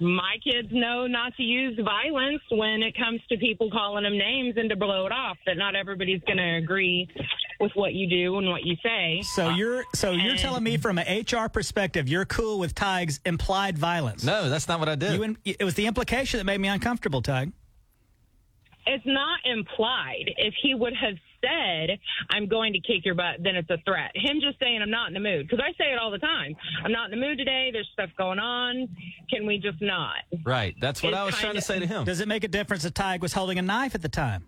[SPEAKER 8] my kids know not to use violence when it comes to people calling them names and to blow it off. That not everybody's going to agree with what you do and what you say.
[SPEAKER 2] So
[SPEAKER 1] Ah.
[SPEAKER 2] you're so you're
[SPEAKER 8] And-
[SPEAKER 2] telling me from an HR perspective, you're cool with Tig's implied violence?
[SPEAKER 1] No, that's not what I did.
[SPEAKER 2] You in, it was the implication that made me uncomfortable, Tig.
[SPEAKER 8] It's not implied. If he would have said, I'm going to kick your butt, then it's a threat. Him just saying, I'm not in the mood, because I say it all the time. I'm not in the mood today. There's stuff going on. Can we just not?
[SPEAKER 1] Right. That's what
[SPEAKER 8] It's
[SPEAKER 1] I was trying
[SPEAKER 8] kinda-
[SPEAKER 1] to say to him.
[SPEAKER 2] Does it make a difference that Tig was holding a knife at the time?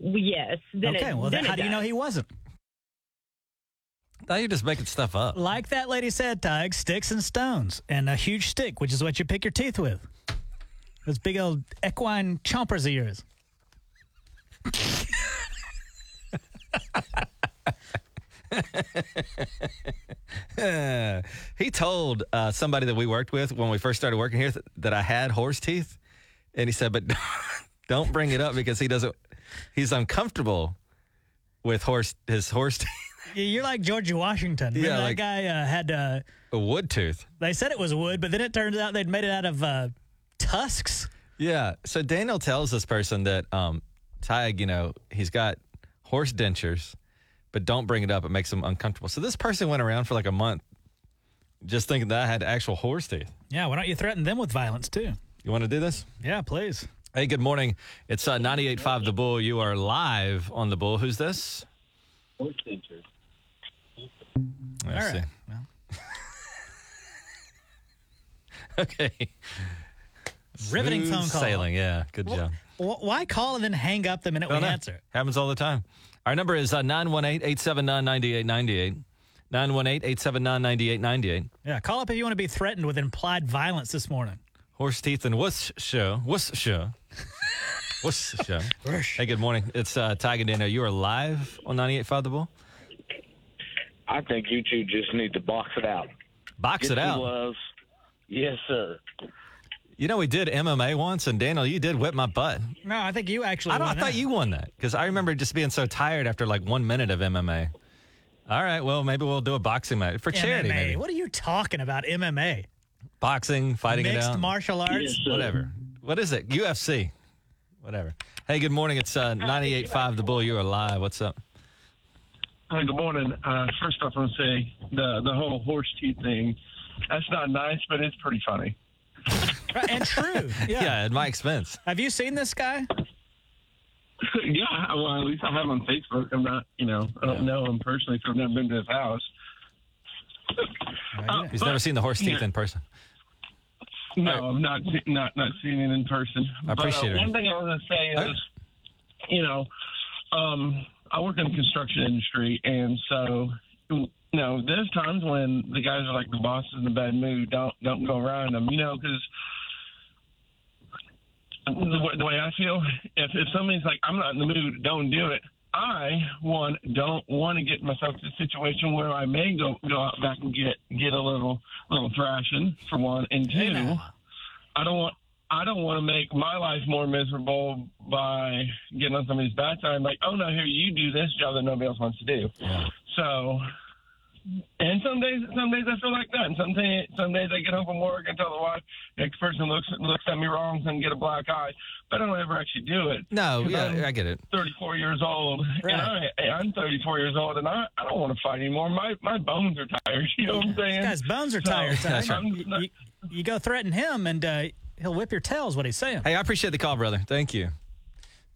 [SPEAKER 8] Yes. Then
[SPEAKER 2] okay.
[SPEAKER 8] it-
[SPEAKER 2] well,
[SPEAKER 8] then
[SPEAKER 2] how
[SPEAKER 8] it
[SPEAKER 2] do you know
[SPEAKER 8] does.
[SPEAKER 2] he wasn't?
[SPEAKER 1] Now you're just making stuff up. [LAUGHS]
[SPEAKER 2] Like that lady said, Tig, sticks and stones, and a huge stick, which is what you pick your teeth with. Those big old equine chompers of yours.
[SPEAKER 1] he told uh, somebody that we worked with when we first started working here th- that I had horse teeth, and he said, "But [LAUGHS] don't bring it up because he doesn't. He's uncomfortable with horse his horse [LAUGHS] teeth,
[SPEAKER 2] Y- You're like George Washington. Remember
[SPEAKER 1] Yeah,
[SPEAKER 2] that
[SPEAKER 1] like-
[SPEAKER 2] guy uh, had. Uh,
[SPEAKER 1] a wood tooth."
[SPEAKER 2] they said it was wood, but then it turns out they'd made it out of uh, tusks.
[SPEAKER 1] Yeah. So Daniel tells this person that um, Tig, you know, he's got horse dentures, but don't bring it up. It makes him uncomfortable. So this person went around for like a month just thinking that I had actual horse teeth.
[SPEAKER 2] Yeah, why don't you threaten them with violence too?
[SPEAKER 1] You want to do this?
[SPEAKER 2] Yeah, please.
[SPEAKER 1] Hey, good morning. It's uh, 98.5 The Bull. You are live on The Bull. Who's this?
[SPEAKER 12] Horse dentures.
[SPEAKER 1] Let's
[SPEAKER 2] All right.
[SPEAKER 1] see. [LAUGHS] okay.
[SPEAKER 2] Riveting
[SPEAKER 1] Smooth
[SPEAKER 2] phone call.
[SPEAKER 1] Sailing, yeah. Good
[SPEAKER 2] Wh-
[SPEAKER 1] job.
[SPEAKER 2] wh- Why call and then hang up the minute we
[SPEAKER 1] Don't know.
[SPEAKER 2] answer?
[SPEAKER 1] Happens all the time. Our number is uh, 918 879 9898. 918 879 9898.
[SPEAKER 2] Yeah, call up if you want to be threatened with implied violence this morning.
[SPEAKER 1] Horse Teeth and Wuss Show. Wuss Show. Wuss Show. Hey, good morning. It's uh, Tig and Daniel. You are live on 98.5 The Bull.
[SPEAKER 12] I think you two just need to box it out.
[SPEAKER 1] Box
[SPEAKER 12] Get
[SPEAKER 1] it
[SPEAKER 12] the
[SPEAKER 1] out.
[SPEAKER 12] gloves. Yes, sir.
[SPEAKER 1] You know, we did MMA once, and Daniel, you did whip my butt.
[SPEAKER 2] No, I think you actually.
[SPEAKER 1] I, don't, I
[SPEAKER 2] won
[SPEAKER 1] thought
[SPEAKER 2] that.
[SPEAKER 1] you won that because I remember just being so tired after like one minute of MMA. All right, well, maybe we'll do a boxing match for charity.
[SPEAKER 2] MMA.
[SPEAKER 1] Maybe.
[SPEAKER 2] What are you talking about? MMA,
[SPEAKER 1] Boxing, fighting it
[SPEAKER 2] mixed
[SPEAKER 1] out,
[SPEAKER 2] martial arts.
[SPEAKER 1] whatever. What is it? UFC, whatever. Hey, good morning. It's uh, 98.5 The Bull. You are live. What's up?
[SPEAKER 13] Hi, good morning. Uh, first off, I want to say the the whole horse teeth thing. That's not nice, but it's pretty funny.
[SPEAKER 2] Right,
[SPEAKER 1] [LAUGHS]
[SPEAKER 2] and true. Yeah.
[SPEAKER 1] yeah, at my expense. [LAUGHS]
[SPEAKER 2] Have you seen this guy?
[SPEAKER 13] [LAUGHS] yeah, well, at least I have him on Facebook. I'm not, you know, I don't know him personally, so I've never been to his house. Uh,
[SPEAKER 1] Oh, He's
[SPEAKER 13] but-
[SPEAKER 1] never seen the horse teeth
[SPEAKER 13] yeah.
[SPEAKER 1] in person.
[SPEAKER 13] No, I've not se- not not seen it in person.
[SPEAKER 1] I appreciate
[SPEAKER 13] but, uh,
[SPEAKER 1] it.
[SPEAKER 13] One thing I want to say is, you know, um, I work in the construction industry, and so you know, there's times when the guys are like, the boss is in a bad mood. Don't don't go around them, you know, because. The, wa- the way I feel, if, if somebody's like, I'm not in the mood, don't do it. I one don't want to get myself to a situation where I may go go out back and get get a little little thrashing for one, and two, I don't want I don't want to make my life more miserable by getting on somebody's bad time. Like, oh no, here you do this job that nobody else wants to do. So, and some days some days I feel like that, and some days some days I get home from work and tell the wife next person looks looks at me wrong, so I can get a black eye. But I don't ever actually do it.
[SPEAKER 1] No,
[SPEAKER 13] 'Cause I'm
[SPEAKER 1] yeah, I get it.
[SPEAKER 13] 34 years old, and I, I'm 34 years old, and I, I don't want to fight anymore. My my bones are tired. [LAUGHS] You know what I'm saying?
[SPEAKER 2] This guy's bones are
[SPEAKER 13] So,
[SPEAKER 2] tired. Ty.
[SPEAKER 1] That's right.
[SPEAKER 2] You- you, you go threaten him, and uh, he'll whip your tail. Is what he's saying.
[SPEAKER 1] Hey, I appreciate the call, brother. Thank you.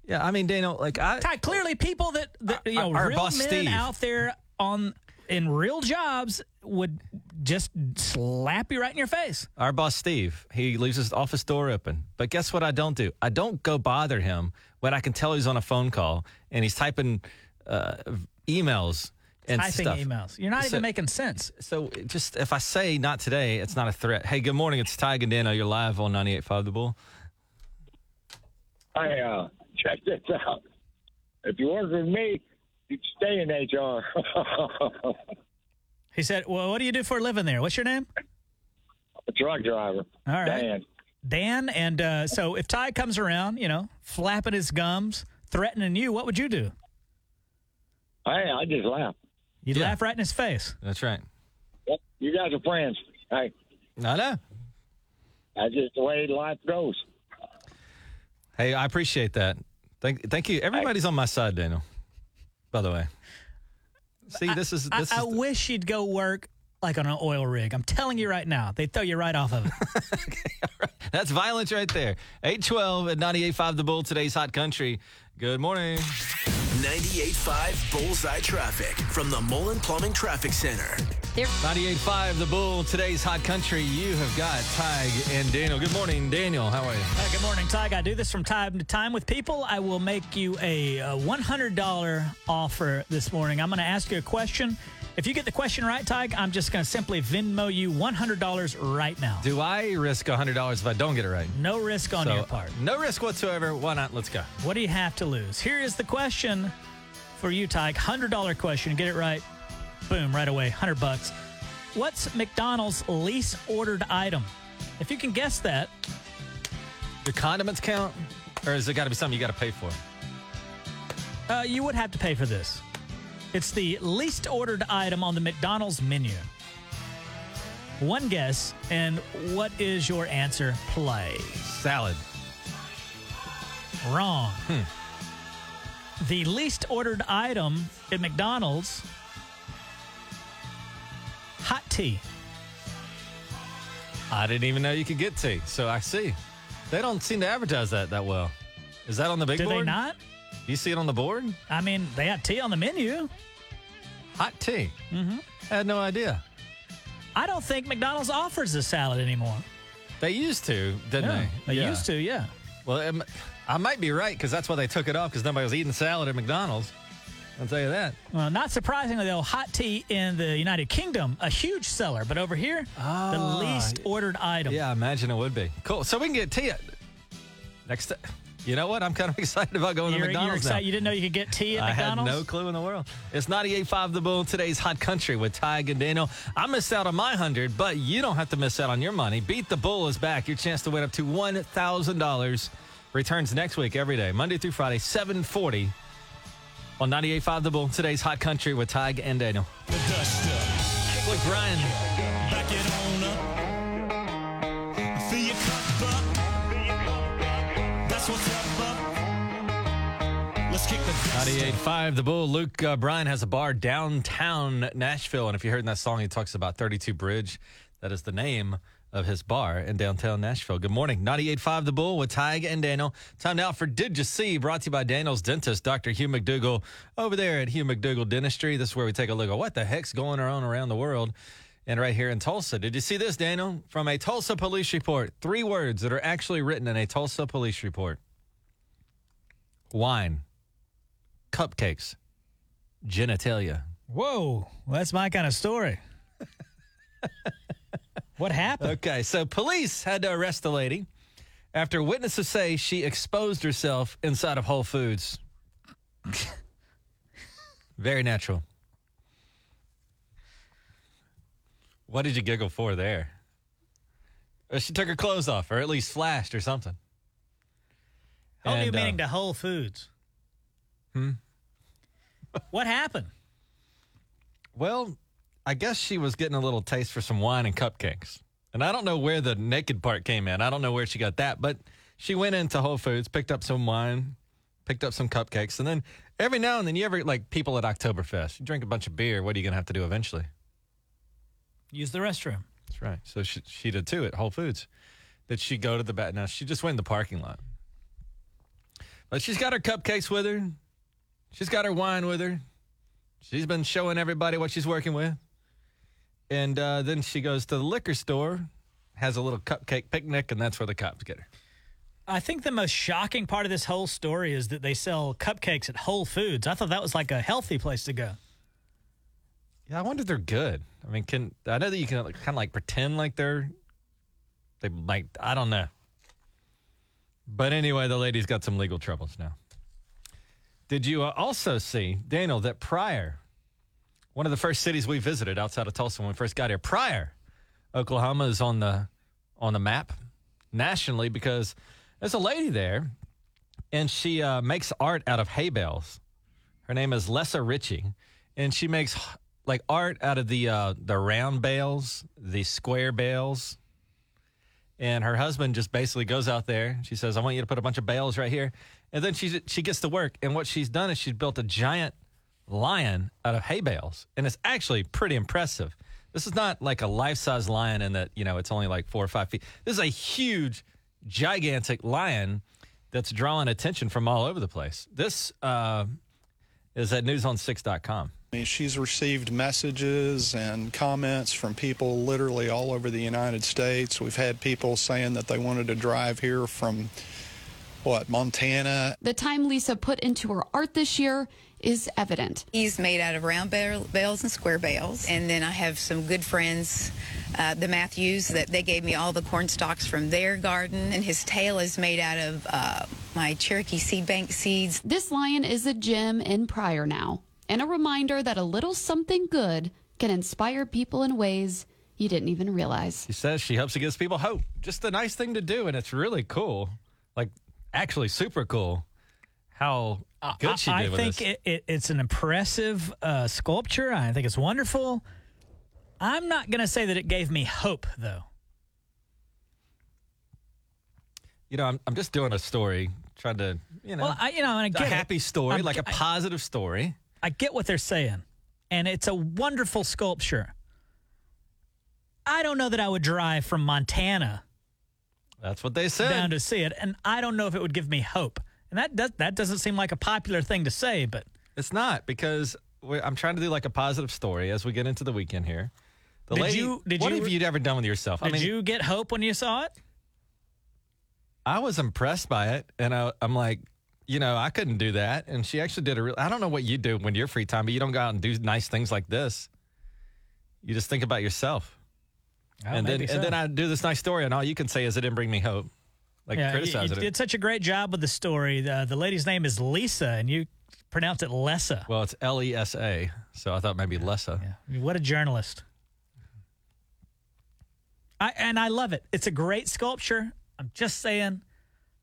[SPEAKER 1] Yeah, I mean, Daniel, like I,
[SPEAKER 2] Ty, clearly people that, that you know,
[SPEAKER 1] our
[SPEAKER 2] real
[SPEAKER 1] boss
[SPEAKER 2] men
[SPEAKER 1] Steve.
[SPEAKER 2] out there on in real jobs would just slap you right in your face.
[SPEAKER 1] Our boss Steve, he leaves his office door open. But guess what I don't do? I don't go bother him but I can tell he's on a phone call and he's typing uh, emails and
[SPEAKER 2] Typing
[SPEAKER 1] stuff.
[SPEAKER 2] emails. You're not
[SPEAKER 1] So-
[SPEAKER 2] even making sense.
[SPEAKER 1] So just if I say not today, it's not a threat. Hey, good morning. It's Ty Gandino. You're live on 98.5 The Bull.
[SPEAKER 14] Hey, uh, check this out. If you work with me, you'd stay in
[SPEAKER 12] [LAUGHS]
[SPEAKER 14] HR.
[SPEAKER 2] He said, "Well, what do you do for a living there? What's your name?"
[SPEAKER 14] a truck driver.
[SPEAKER 2] All right.
[SPEAKER 14] Dan.
[SPEAKER 2] Dan. And uh, so, if Ty comes around, you know, flapping his gums, threatening you, what would you do?
[SPEAKER 14] Hey, I just laugh.
[SPEAKER 2] You'd laugh right in his face.
[SPEAKER 1] That's right.
[SPEAKER 14] Yep, You guys are friends. Hey.
[SPEAKER 1] I know.
[SPEAKER 14] That's just the way life goes.
[SPEAKER 1] Hey, I appreciate that. Thank, thank you. Everybody's on my side, Daniel. By the way, see, this is
[SPEAKER 2] I,
[SPEAKER 1] this
[SPEAKER 2] I
[SPEAKER 1] is
[SPEAKER 2] wish you'd go work like on an oil rig. I'm telling you right now, they throw you right off of it.
[SPEAKER 1] that's violence right there. Eight twelve at 98.5 The Bull. Today's hot country. Good morning.
[SPEAKER 4] 98.5 Bullseye Traffic from the Mullen Plumbing Traffic Center.
[SPEAKER 1] 98.5 The Bull. Today's hot country. You have got Tig and Daniel. Good morning, Daniel. How are you?
[SPEAKER 2] Uh, [LAUGHS] good morning, Ty. I do this from time to time with people. I will make you a, uh $100 offer this morning. I'm going to ask you a question. If you get the question right, Ty, I'm just going to simply Venmo you $100 right now.
[SPEAKER 1] Do I risk $100 if I don't get it right?
[SPEAKER 2] No risk on
[SPEAKER 1] So,
[SPEAKER 2] your part.
[SPEAKER 1] No risk whatsoever. Why not? Let's go.
[SPEAKER 2] What do you have to lose? Here is the question for you, Tyke. $100 question. Get it right. Boom, right away. 100 bucks. What's McDonald's least ordered item? If you can guess that,
[SPEAKER 1] Do condiments count? Or has it got to be something you got to pay for?
[SPEAKER 2] uh, you would have to pay for this. It's the least ordered item on the McDonald's menu. One guess, and what is your answer? Play.
[SPEAKER 1] Salad.
[SPEAKER 2] Wrong.
[SPEAKER 1] Hmm.
[SPEAKER 2] The least ordered item at McDonald's hot tea.
[SPEAKER 1] I didn't even know you could get tea. So I see. They don't seem to advertise that that well. Is that on the big
[SPEAKER 2] Do they
[SPEAKER 1] board?
[SPEAKER 2] not?
[SPEAKER 1] You see it on the board?
[SPEAKER 2] I mean, they have tea on the menu.
[SPEAKER 1] Hot tea. Mm-hmm. I had no idea.
[SPEAKER 2] I don't think McDonald's offers a salad anymore.
[SPEAKER 1] They used to, didn't
[SPEAKER 2] Yeah,
[SPEAKER 1] they?
[SPEAKER 2] they used to, yeah.
[SPEAKER 1] Well, it m- I might be right because that's why they took it off because nobody was eating salad at McDonald's. I'll tell you that.
[SPEAKER 2] Well, not surprisingly, though, hot tea in the United Kingdom, a huge seller. But over here, the least ordered item.
[SPEAKER 1] Ah, Yeah, I imagine it would be. Cool. So we can get tea at- next. ti- You know what? I'm kind of [LAUGHS] excited about going
[SPEAKER 2] You're,
[SPEAKER 1] to
[SPEAKER 2] you're
[SPEAKER 1] McDonald's now.
[SPEAKER 2] excited. You didn't know you could get tea at
[SPEAKER 1] I had
[SPEAKER 2] McDonald's?
[SPEAKER 1] no clue in the world. It's 98.5 The Bull, today's Hot Country with Ty Gandino. I missed out on my 100, but you don't have to miss out on your money. Beat the Bull is back. Your chance to win up to $1,000 returns next week every day, Monday through Friday, 740 on 98.5 The Bull, today's Hot Country with Ty and Daniel. Look, Brian.
[SPEAKER 15] Back it on up. Fill your cup up. That's what's up, up. Let's kick the dust
[SPEAKER 1] 98.5 The Bull. Luke uh, Bryan has a bar downtown Nashville. And if you heard in that song, he talks about 32 Bridge. That is the name of his bar in downtown Nashville. Good morning. 98.5 The Bull with Tig and Daniel. Time now for Did You See? Brought to you by Daniel's dentist, Dr. Hugh McDougall, over there at Hugh McDougall Dentistry. This is where we take a look at what the heck's going on around the world. And right here in Tulsa. Did you see this, Daniel? From a Tulsa police report. Three words that are actually written in a Tulsa police report wine cupcakes, genitalia.
[SPEAKER 2] Whoa, well, that's my kind
[SPEAKER 1] [LAUGHS]
[SPEAKER 2] of story. what happened?
[SPEAKER 1] Okay, so police had to arrest the lady after witnesses say she exposed herself inside of Whole Foods. Very natural. What did you giggle for there? Or She took her clothes off, or at least flashed, or something.
[SPEAKER 2] Whole new
[SPEAKER 1] And, uh,
[SPEAKER 2] Oh, meaning to Whole Foods.
[SPEAKER 1] Hmm?
[SPEAKER 2] [LAUGHS] What happened?
[SPEAKER 1] Well, I guess she was getting a little taste for some wine and cupcakes. And I don't know where the naked part came in. I don't know where she got that, but she went into Whole Foods, picked up some wine, picked up some cupcakes, and then every now and then you ever like people at Oktoberfest, you drink a bunch of beer, what are you gonna have to do eventually?
[SPEAKER 2] Use the restroom.
[SPEAKER 1] That's right. So she, she did too at Whole Foods. Did she go to the bat? Now she just went in the parking lot. But she's got her cupcakes with her. She's got her wine with her. She's been showing everybody what she's working with. And uh, then she goes to the liquor store, has a little cupcake picnic, and that's where the cops get her.
[SPEAKER 2] I think the most shocking part of this whole story is that they sell cupcakes at Whole Foods. I thought that was like a healthy place to go.
[SPEAKER 1] Yeah, I wonder if they're good. I mean, can I know that you can like, kind of like pretend like they're they like I don't know. But anyway, the lady's got some legal troubles now. Did you uh, also see Daniel that Pryor, one of the first cities we visited outside of Tulsa when we first got here, Pryor, Oklahoma is on the on the map nationally because there's a lady there, and she uh, makes art out of hay bales. Her name is Lessa Ritchie, and she makes like art out of the uh, the round bales, the square bales. And her husband just basically goes out there. She says, "I want you to put a bunch of bales right here," and then she she gets to work. And what she's done is she's built a giant lion out of hay bales, and it's actually pretty impressive. This is not like a life size lion in that you know it's only like four or five feet. This is a huge, gigantic lion that's drawing attention from all over the place. This uh, is at newson6.com.
[SPEAKER 16] She's received messages and comments from people literally all over the United States. We've had people saying that they wanted to drive here from, what, Montana.
[SPEAKER 17] The time Lisa put into her art this year is evident.
[SPEAKER 18] He's made out of round bale- bales and square bales. And then I have some good friends, uh, the Matthews, that they gave me all the corn stalks from their garden. And his tail is made out of uh, my Cherokee seed bank seeds.
[SPEAKER 17] This lion is a gem in Pryor now, and a reminder that a little something good can inspire people in ways you didn't even realize.
[SPEAKER 1] She says she hopes it gives people hope. Just a nice thing to do, and it's really cool. Like, actually, super cool. How good she did
[SPEAKER 2] I, I
[SPEAKER 1] with
[SPEAKER 2] think
[SPEAKER 1] this.
[SPEAKER 2] it, it, it's an impressive uh, sculpture. I think it's wonderful. I'm not going to say that it gave me hope, though.
[SPEAKER 1] you know, I'm, I'm just doing a story, trying to, you know,
[SPEAKER 2] well, I, you know, and I
[SPEAKER 1] it's
[SPEAKER 2] get
[SPEAKER 1] a
[SPEAKER 2] it.
[SPEAKER 1] happy story,
[SPEAKER 2] I'm-
[SPEAKER 1] like a
[SPEAKER 2] I-
[SPEAKER 1] positive story.
[SPEAKER 2] I get what they're saying, and it's a wonderful sculpture. I don't know that I would drive from Montana
[SPEAKER 1] That's what they said.
[SPEAKER 2] down to see it, and I don't know if it would give me hope. And that does, that doesn't seem like a popular thing to say, but
[SPEAKER 1] It's not because we I'm trying to do like a positive story as we get into the weekend here. The
[SPEAKER 2] Did
[SPEAKER 1] lady,
[SPEAKER 2] you- did
[SPEAKER 1] what
[SPEAKER 2] you-
[SPEAKER 1] have you ever done with yourself?
[SPEAKER 2] did you get hope when you saw it?
[SPEAKER 1] I was impressed by it, and I, I'm like, you know, I couldn't do that. And she actually did a real. I don't know what you do when you're free time, but you don't go out and do nice things like this. You just think about yourself,
[SPEAKER 2] Oh,
[SPEAKER 1] and then
[SPEAKER 2] maybe so.
[SPEAKER 1] and then I do this nice story, and all you can say is it didn't bring me hope. Like
[SPEAKER 2] Yeah, you-
[SPEAKER 1] criticize
[SPEAKER 2] you
[SPEAKER 1] it.
[SPEAKER 2] did such a great job with the story. Uh, the lady's name is Lisa, and you pronounced it Lessa.
[SPEAKER 1] Well, it's L E S A, so I thought maybe Lessa.
[SPEAKER 2] I mean, what a journalist! I and I love it. It's a great sculpture. I'm just saying,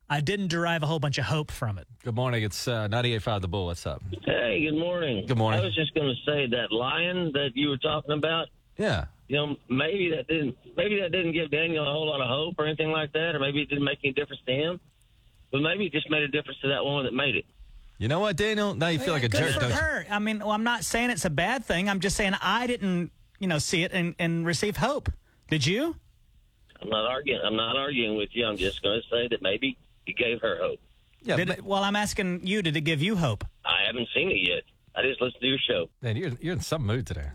[SPEAKER 2] I didn't derive a whole bunch of hope from it.
[SPEAKER 1] Good morning. It's uh, 98.5 The Bull. What's up?
[SPEAKER 19] Hey, good morning.
[SPEAKER 1] Good morning.
[SPEAKER 19] I was just going to say that lion that you were talking about.
[SPEAKER 1] Yeah.
[SPEAKER 19] You know, maybe that didn't maybe that didn't give Daniel a whole lot of hope or anything like that, or maybe it didn't make any difference to him. But maybe it just made a difference to that woman that made it.
[SPEAKER 1] You know what, Daniel? Now you feel like a
[SPEAKER 2] Good
[SPEAKER 1] jerk,
[SPEAKER 2] for
[SPEAKER 1] don't you?
[SPEAKER 2] her. I mean, well, I'm not saying it's a bad thing. I'm just saying I didn't, you know, see it and, and receive hope. Did you?
[SPEAKER 19] I'm not arguing. I'm not arguing with you. I'm just going to say that maybe it gave her hope.
[SPEAKER 2] Yeah. Did it, well, I'm asking you. Did it give you hope?
[SPEAKER 19] I haven't seen it yet. I just listened to your show.
[SPEAKER 1] Man, you're, you're in some mood today.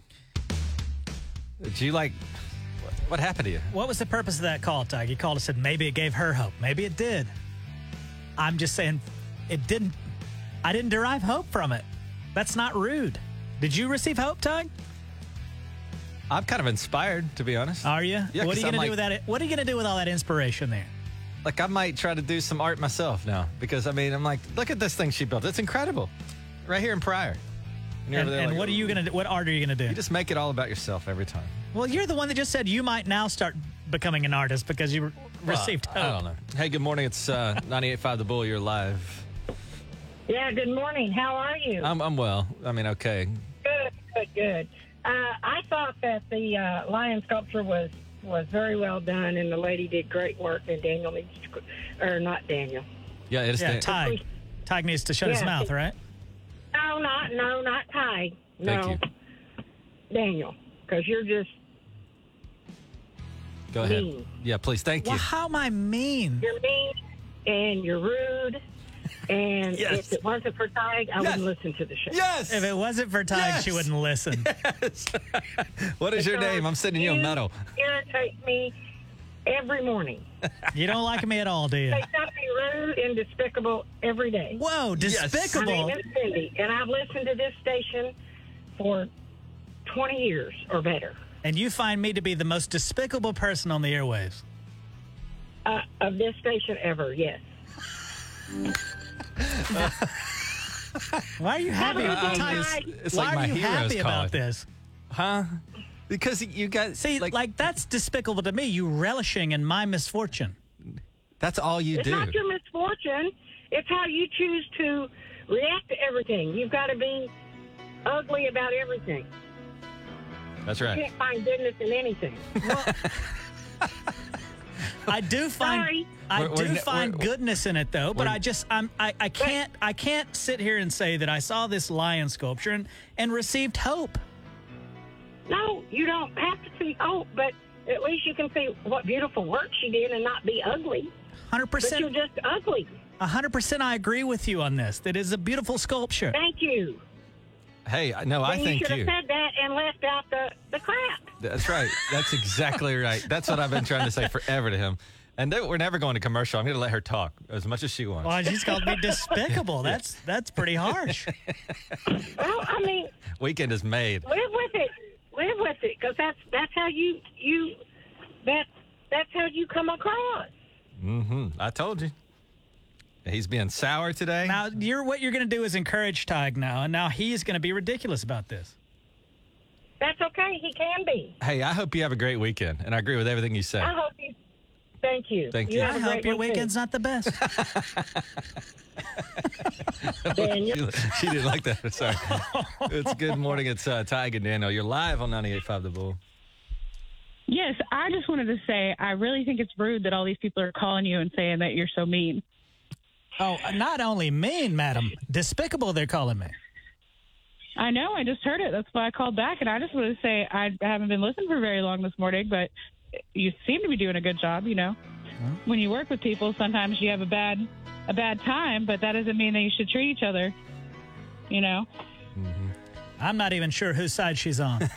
[SPEAKER 1] Did you like. What, what happened to you?
[SPEAKER 2] What was the purpose of that call, Tag? You called and said maybe it gave her hope. Maybe it did. I'm just saying it didn't. I didn't derive hope from it. That's not rude. Did you receive hope, Tug?
[SPEAKER 1] I'm kind of inspired, to be honest.
[SPEAKER 2] Are you?
[SPEAKER 1] Yeah,
[SPEAKER 2] what are
[SPEAKER 1] 'cause
[SPEAKER 2] you gonna
[SPEAKER 1] I'm
[SPEAKER 2] do
[SPEAKER 1] like-
[SPEAKER 2] with that? What are you gonna do with all that inspiration there?
[SPEAKER 1] Like, I might try to do some art myself now because, I mean, I'm like, look at this thing she built. It's incredible. Right here in Pryor.
[SPEAKER 2] And,
[SPEAKER 1] you're over there
[SPEAKER 2] and
[SPEAKER 1] like,
[SPEAKER 2] what are you gonna? do? What art are you gonna do?
[SPEAKER 1] You just make it all about yourself every time.
[SPEAKER 2] well, you're the one that just said you might now start becoming an artist because you re- [LAUGHS] received
[SPEAKER 1] Well, I
[SPEAKER 2] hope.
[SPEAKER 1] don't know. Hey, good morning. It's uh,
[SPEAKER 2] [LAUGHS]
[SPEAKER 1] 98.5 The Bull. You're live.
[SPEAKER 20] Yeah, good morning. How are you?
[SPEAKER 1] I'm, I'm well. I mean, okay.
[SPEAKER 20] good, good, good. Uh, I thought that the uh, lion sculpture was was very well done, and the lady did great work. And Daniel needs, to, cr- or not Daniel.
[SPEAKER 1] Yeah, it is.
[SPEAKER 2] Yeah,
[SPEAKER 1] Dan-
[SPEAKER 2] Tag. Tag needs to shut his
[SPEAKER 20] Yeah.
[SPEAKER 2] mouth, right?
[SPEAKER 20] No, not no, not Ty. No,
[SPEAKER 1] Thank you.
[SPEAKER 20] Daniel, because you're just
[SPEAKER 1] Go ahead.
[SPEAKER 20] mean.
[SPEAKER 1] Yeah, please. Thank you.
[SPEAKER 20] Well,
[SPEAKER 2] how am I mean?
[SPEAKER 20] You're mean and you're rude.
[SPEAKER 2] [LAUGHS]
[SPEAKER 20] And
[SPEAKER 1] Yes.
[SPEAKER 20] if it wasn't for Ty, I wouldn't listen to the show.
[SPEAKER 1] Yes.
[SPEAKER 2] If it wasn't for Tag, she
[SPEAKER 1] Yes.
[SPEAKER 2] wouldn't
[SPEAKER 1] [LAUGHS]
[SPEAKER 2] listen.
[SPEAKER 1] What is your name? I'm sending you a medal.
[SPEAKER 20] irritate me. every morning.
[SPEAKER 2] [LAUGHS] You don't like me at all, do you?
[SPEAKER 20] Say something rude and despicable every day.
[SPEAKER 2] Whoa, Yes. despicable.
[SPEAKER 20] My name is Cindy, and I've listened to this station for 20 years or better.
[SPEAKER 2] And you find me to be the most despicable person on the airwaves.
[SPEAKER 20] Uh, of this station ever, yes.
[SPEAKER 2] Why are you happy?
[SPEAKER 1] Uh,
[SPEAKER 2] about
[SPEAKER 1] I'm
[SPEAKER 2] this?
[SPEAKER 1] just- it's
[SPEAKER 2] Why
[SPEAKER 1] like
[SPEAKER 2] are
[SPEAKER 1] my
[SPEAKER 2] you
[SPEAKER 1] heroes
[SPEAKER 2] happy
[SPEAKER 1] call
[SPEAKER 2] about
[SPEAKER 1] it.
[SPEAKER 2] this?
[SPEAKER 1] Huh? Because you got
[SPEAKER 2] see, like, that's despicable to me. You relishing in my misfortune.
[SPEAKER 1] That's all you
[SPEAKER 20] it's not your misfortune. It's how you choose to react to everything. You've got to be ugly about everything.
[SPEAKER 1] That's
[SPEAKER 20] You
[SPEAKER 1] right.
[SPEAKER 20] can't find goodness in anything.
[SPEAKER 2] I do find I
[SPEAKER 20] We're-
[SPEAKER 2] do
[SPEAKER 20] we're-
[SPEAKER 2] find
[SPEAKER 20] we're-
[SPEAKER 2] goodness in it though, but
[SPEAKER 20] we're-
[SPEAKER 2] I just I'm I, I can't I can't sit here and say that I saw this lion sculpture and, and received hope.
[SPEAKER 20] No, you don't have to see hope, but at least you can see what beautiful work she did and not be ugly.
[SPEAKER 2] 100%.
[SPEAKER 20] But you're just ugly.
[SPEAKER 2] hundred percent I agree with you on this. That is a beautiful sculpture.
[SPEAKER 20] Thank you.
[SPEAKER 1] Hey, I- no, I
[SPEAKER 20] Then
[SPEAKER 1] thank
[SPEAKER 20] should
[SPEAKER 1] you.
[SPEAKER 20] have said that and left out the, the crap.
[SPEAKER 1] That's right. That's exactly right. That's what I've been trying to say forever to him. And they, we're never going to commercial. I'm going to let her talk as much as she wants.
[SPEAKER 2] Well, she's
[SPEAKER 20] [LAUGHS]
[SPEAKER 2] called me despicable. That's that's
[SPEAKER 1] [LAUGHS]
[SPEAKER 2] pretty harsh.
[SPEAKER 20] Well, I mean,
[SPEAKER 1] Weekend is made.
[SPEAKER 20] live with it. Live with it, because that's that's how you you that that's how you come across.
[SPEAKER 1] hmm I told you. He's being sour today.
[SPEAKER 2] Now you're what you're gonna do is encourage Tig now, and now he's gonna be ridiculous about this.
[SPEAKER 20] That's okay. He can be.
[SPEAKER 1] Hey, I hope you have a great weekend, and I agree with everything you said.
[SPEAKER 20] I hope you. Thank you.
[SPEAKER 1] Thank you.
[SPEAKER 20] have
[SPEAKER 1] I
[SPEAKER 20] a
[SPEAKER 1] hope
[SPEAKER 20] great
[SPEAKER 2] your
[SPEAKER 20] one, too.
[SPEAKER 2] weekend's not the best.
[SPEAKER 1] [LAUGHS] she, she didn't like that. Sorry. it's good morning. It's uh, Tig and Daniel. You're live on 98.5 The Bull.
[SPEAKER 21] Yes, I just wanted to say I really think it's rude that all these people are calling you and saying that you're so mean.
[SPEAKER 2] Oh, not only mean, [LAUGHS] madam, despicable they're calling me.
[SPEAKER 21] I know, I just heard it. That's why I called back. And I just wanted to say I haven't been listening for very long this morning, but you seem to be doing a good job, you know. When you work with people, sometimes you have a bad a bad time, but that doesn't mean that you should treat each other, you know.
[SPEAKER 2] I'm not even sure whose side she's on.
[SPEAKER 1] [LAUGHS]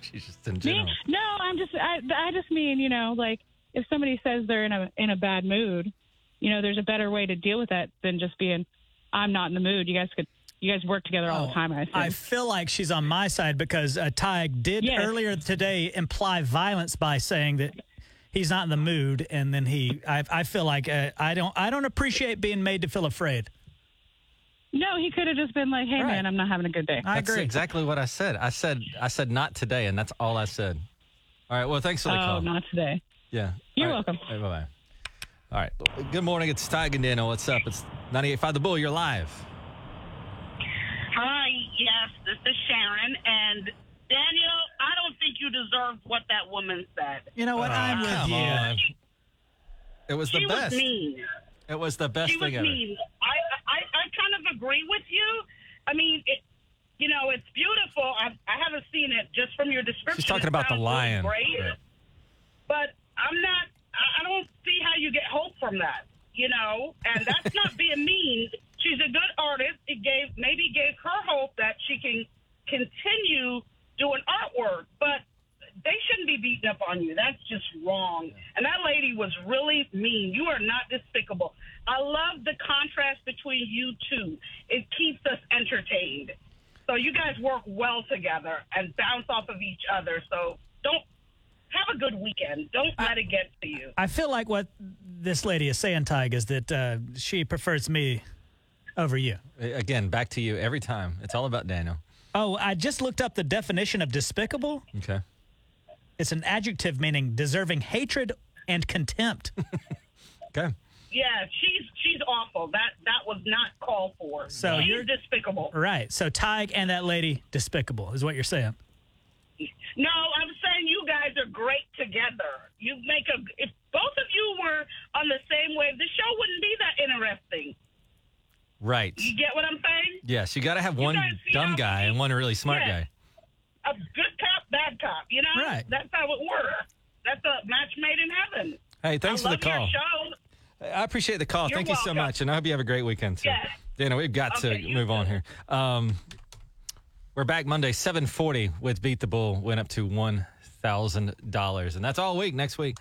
[SPEAKER 1] she's just in
[SPEAKER 21] Me? No, I'm just I I just mean, you know, like if somebody says they're in a in a bad mood, you know, there's a better way to deal with that than just being I'm not in the mood. You guys could you guys work together all the time, I
[SPEAKER 2] I
[SPEAKER 21] think.
[SPEAKER 2] feel like she's on my side because uh, Tig did
[SPEAKER 21] Yes.
[SPEAKER 2] earlier today imply violence by saying that he's not in the mood, and then he. I, I feel like uh, I don't. I don't appreciate being made to feel afraid.
[SPEAKER 21] No, he could have just been like, "Hey man, I'm not having a good day."
[SPEAKER 1] that's exactly what I said. I said I said not today, and that's all I said. All right. Well, thanks for the
[SPEAKER 21] oh,
[SPEAKER 1] call.
[SPEAKER 21] not today.
[SPEAKER 1] Yeah.
[SPEAKER 21] You're
[SPEAKER 1] welcome. bye bye. All right. Good morning. It's Tig and Daniel. What's up? It's 98.5 The Bull. You're live.
[SPEAKER 22] Hi, yes, this is Sharon. And Daniel, I don't think you deserved what that woman said.
[SPEAKER 2] You know what?
[SPEAKER 1] Oh,
[SPEAKER 2] I'm with
[SPEAKER 1] come
[SPEAKER 2] you.
[SPEAKER 1] on. It was the
[SPEAKER 22] she
[SPEAKER 1] best.
[SPEAKER 22] was mean.
[SPEAKER 1] It was the best
[SPEAKER 22] she was
[SPEAKER 1] thing ever.
[SPEAKER 22] mean. I, I, I kind of agree with you. I mean, it, you know, it's beautiful. I, I haven't seen it just from your description.
[SPEAKER 1] She's talking
[SPEAKER 22] it
[SPEAKER 1] about the
[SPEAKER 22] sounds
[SPEAKER 1] lion.
[SPEAKER 22] Really great.
[SPEAKER 1] Right.
[SPEAKER 22] But I'm not, I I don't see how you get hope from that, you know? And that's
[SPEAKER 1] [LAUGHS]
[SPEAKER 22] not being mean. She's a good artist. It gave, maybe gave her hope that she can continue doing artwork, but they shouldn't be beating up on you. That's just wrong. And that lady was really mean. You are not despicable. I love the contrast between you two. It keeps us entertained. So you guys work well together and bounce off of each other. So don't have a good weekend. Don't let it get to you.
[SPEAKER 2] I feel like what this lady is saying, Tig, is that uh, she prefers me over you.
[SPEAKER 1] Again, back to you every time. It's all about Daniel.
[SPEAKER 2] Oh, I just looked up the definition of despicable.
[SPEAKER 1] Okay.
[SPEAKER 2] It's an adjective meaning deserving hatred and contempt.
[SPEAKER 1] okay.
[SPEAKER 22] Yeah, she's she's awful. That that was not called for.
[SPEAKER 2] So
[SPEAKER 22] she's
[SPEAKER 2] you're-
[SPEAKER 22] despicable.
[SPEAKER 2] Right. So Tig and that lady, despicable, is what you're saying.
[SPEAKER 22] No, I'm saying you guys are great together. You make a. If both of you were on the same wave, the show wouldn't be that interesting.
[SPEAKER 1] Right.
[SPEAKER 22] You get what I'm saying?
[SPEAKER 1] Yes, you got to have one
[SPEAKER 22] guys see
[SPEAKER 1] dumb
[SPEAKER 22] how-
[SPEAKER 1] guy and one really smart
[SPEAKER 22] Yeah.
[SPEAKER 1] guy.
[SPEAKER 22] A good cop, bad cop. You know,
[SPEAKER 1] Right.
[SPEAKER 22] That's how it works. That's a match made in heaven.
[SPEAKER 1] Hey, thanks
[SPEAKER 22] I
[SPEAKER 1] for the
[SPEAKER 22] love your
[SPEAKER 1] call.
[SPEAKER 22] show.
[SPEAKER 1] I appreciate the call.
[SPEAKER 22] You're
[SPEAKER 1] Thank you so
[SPEAKER 22] welcome.
[SPEAKER 1] much, and I hope you have a great weekend. Too.
[SPEAKER 22] Yeah.
[SPEAKER 1] Dana, we've got
[SPEAKER 22] Okay,
[SPEAKER 1] to
[SPEAKER 22] you
[SPEAKER 1] move on here. Um, we're back Monday, seven forty with Beat the Bull. Went up to one thousand dollars, and that's all week. Next week.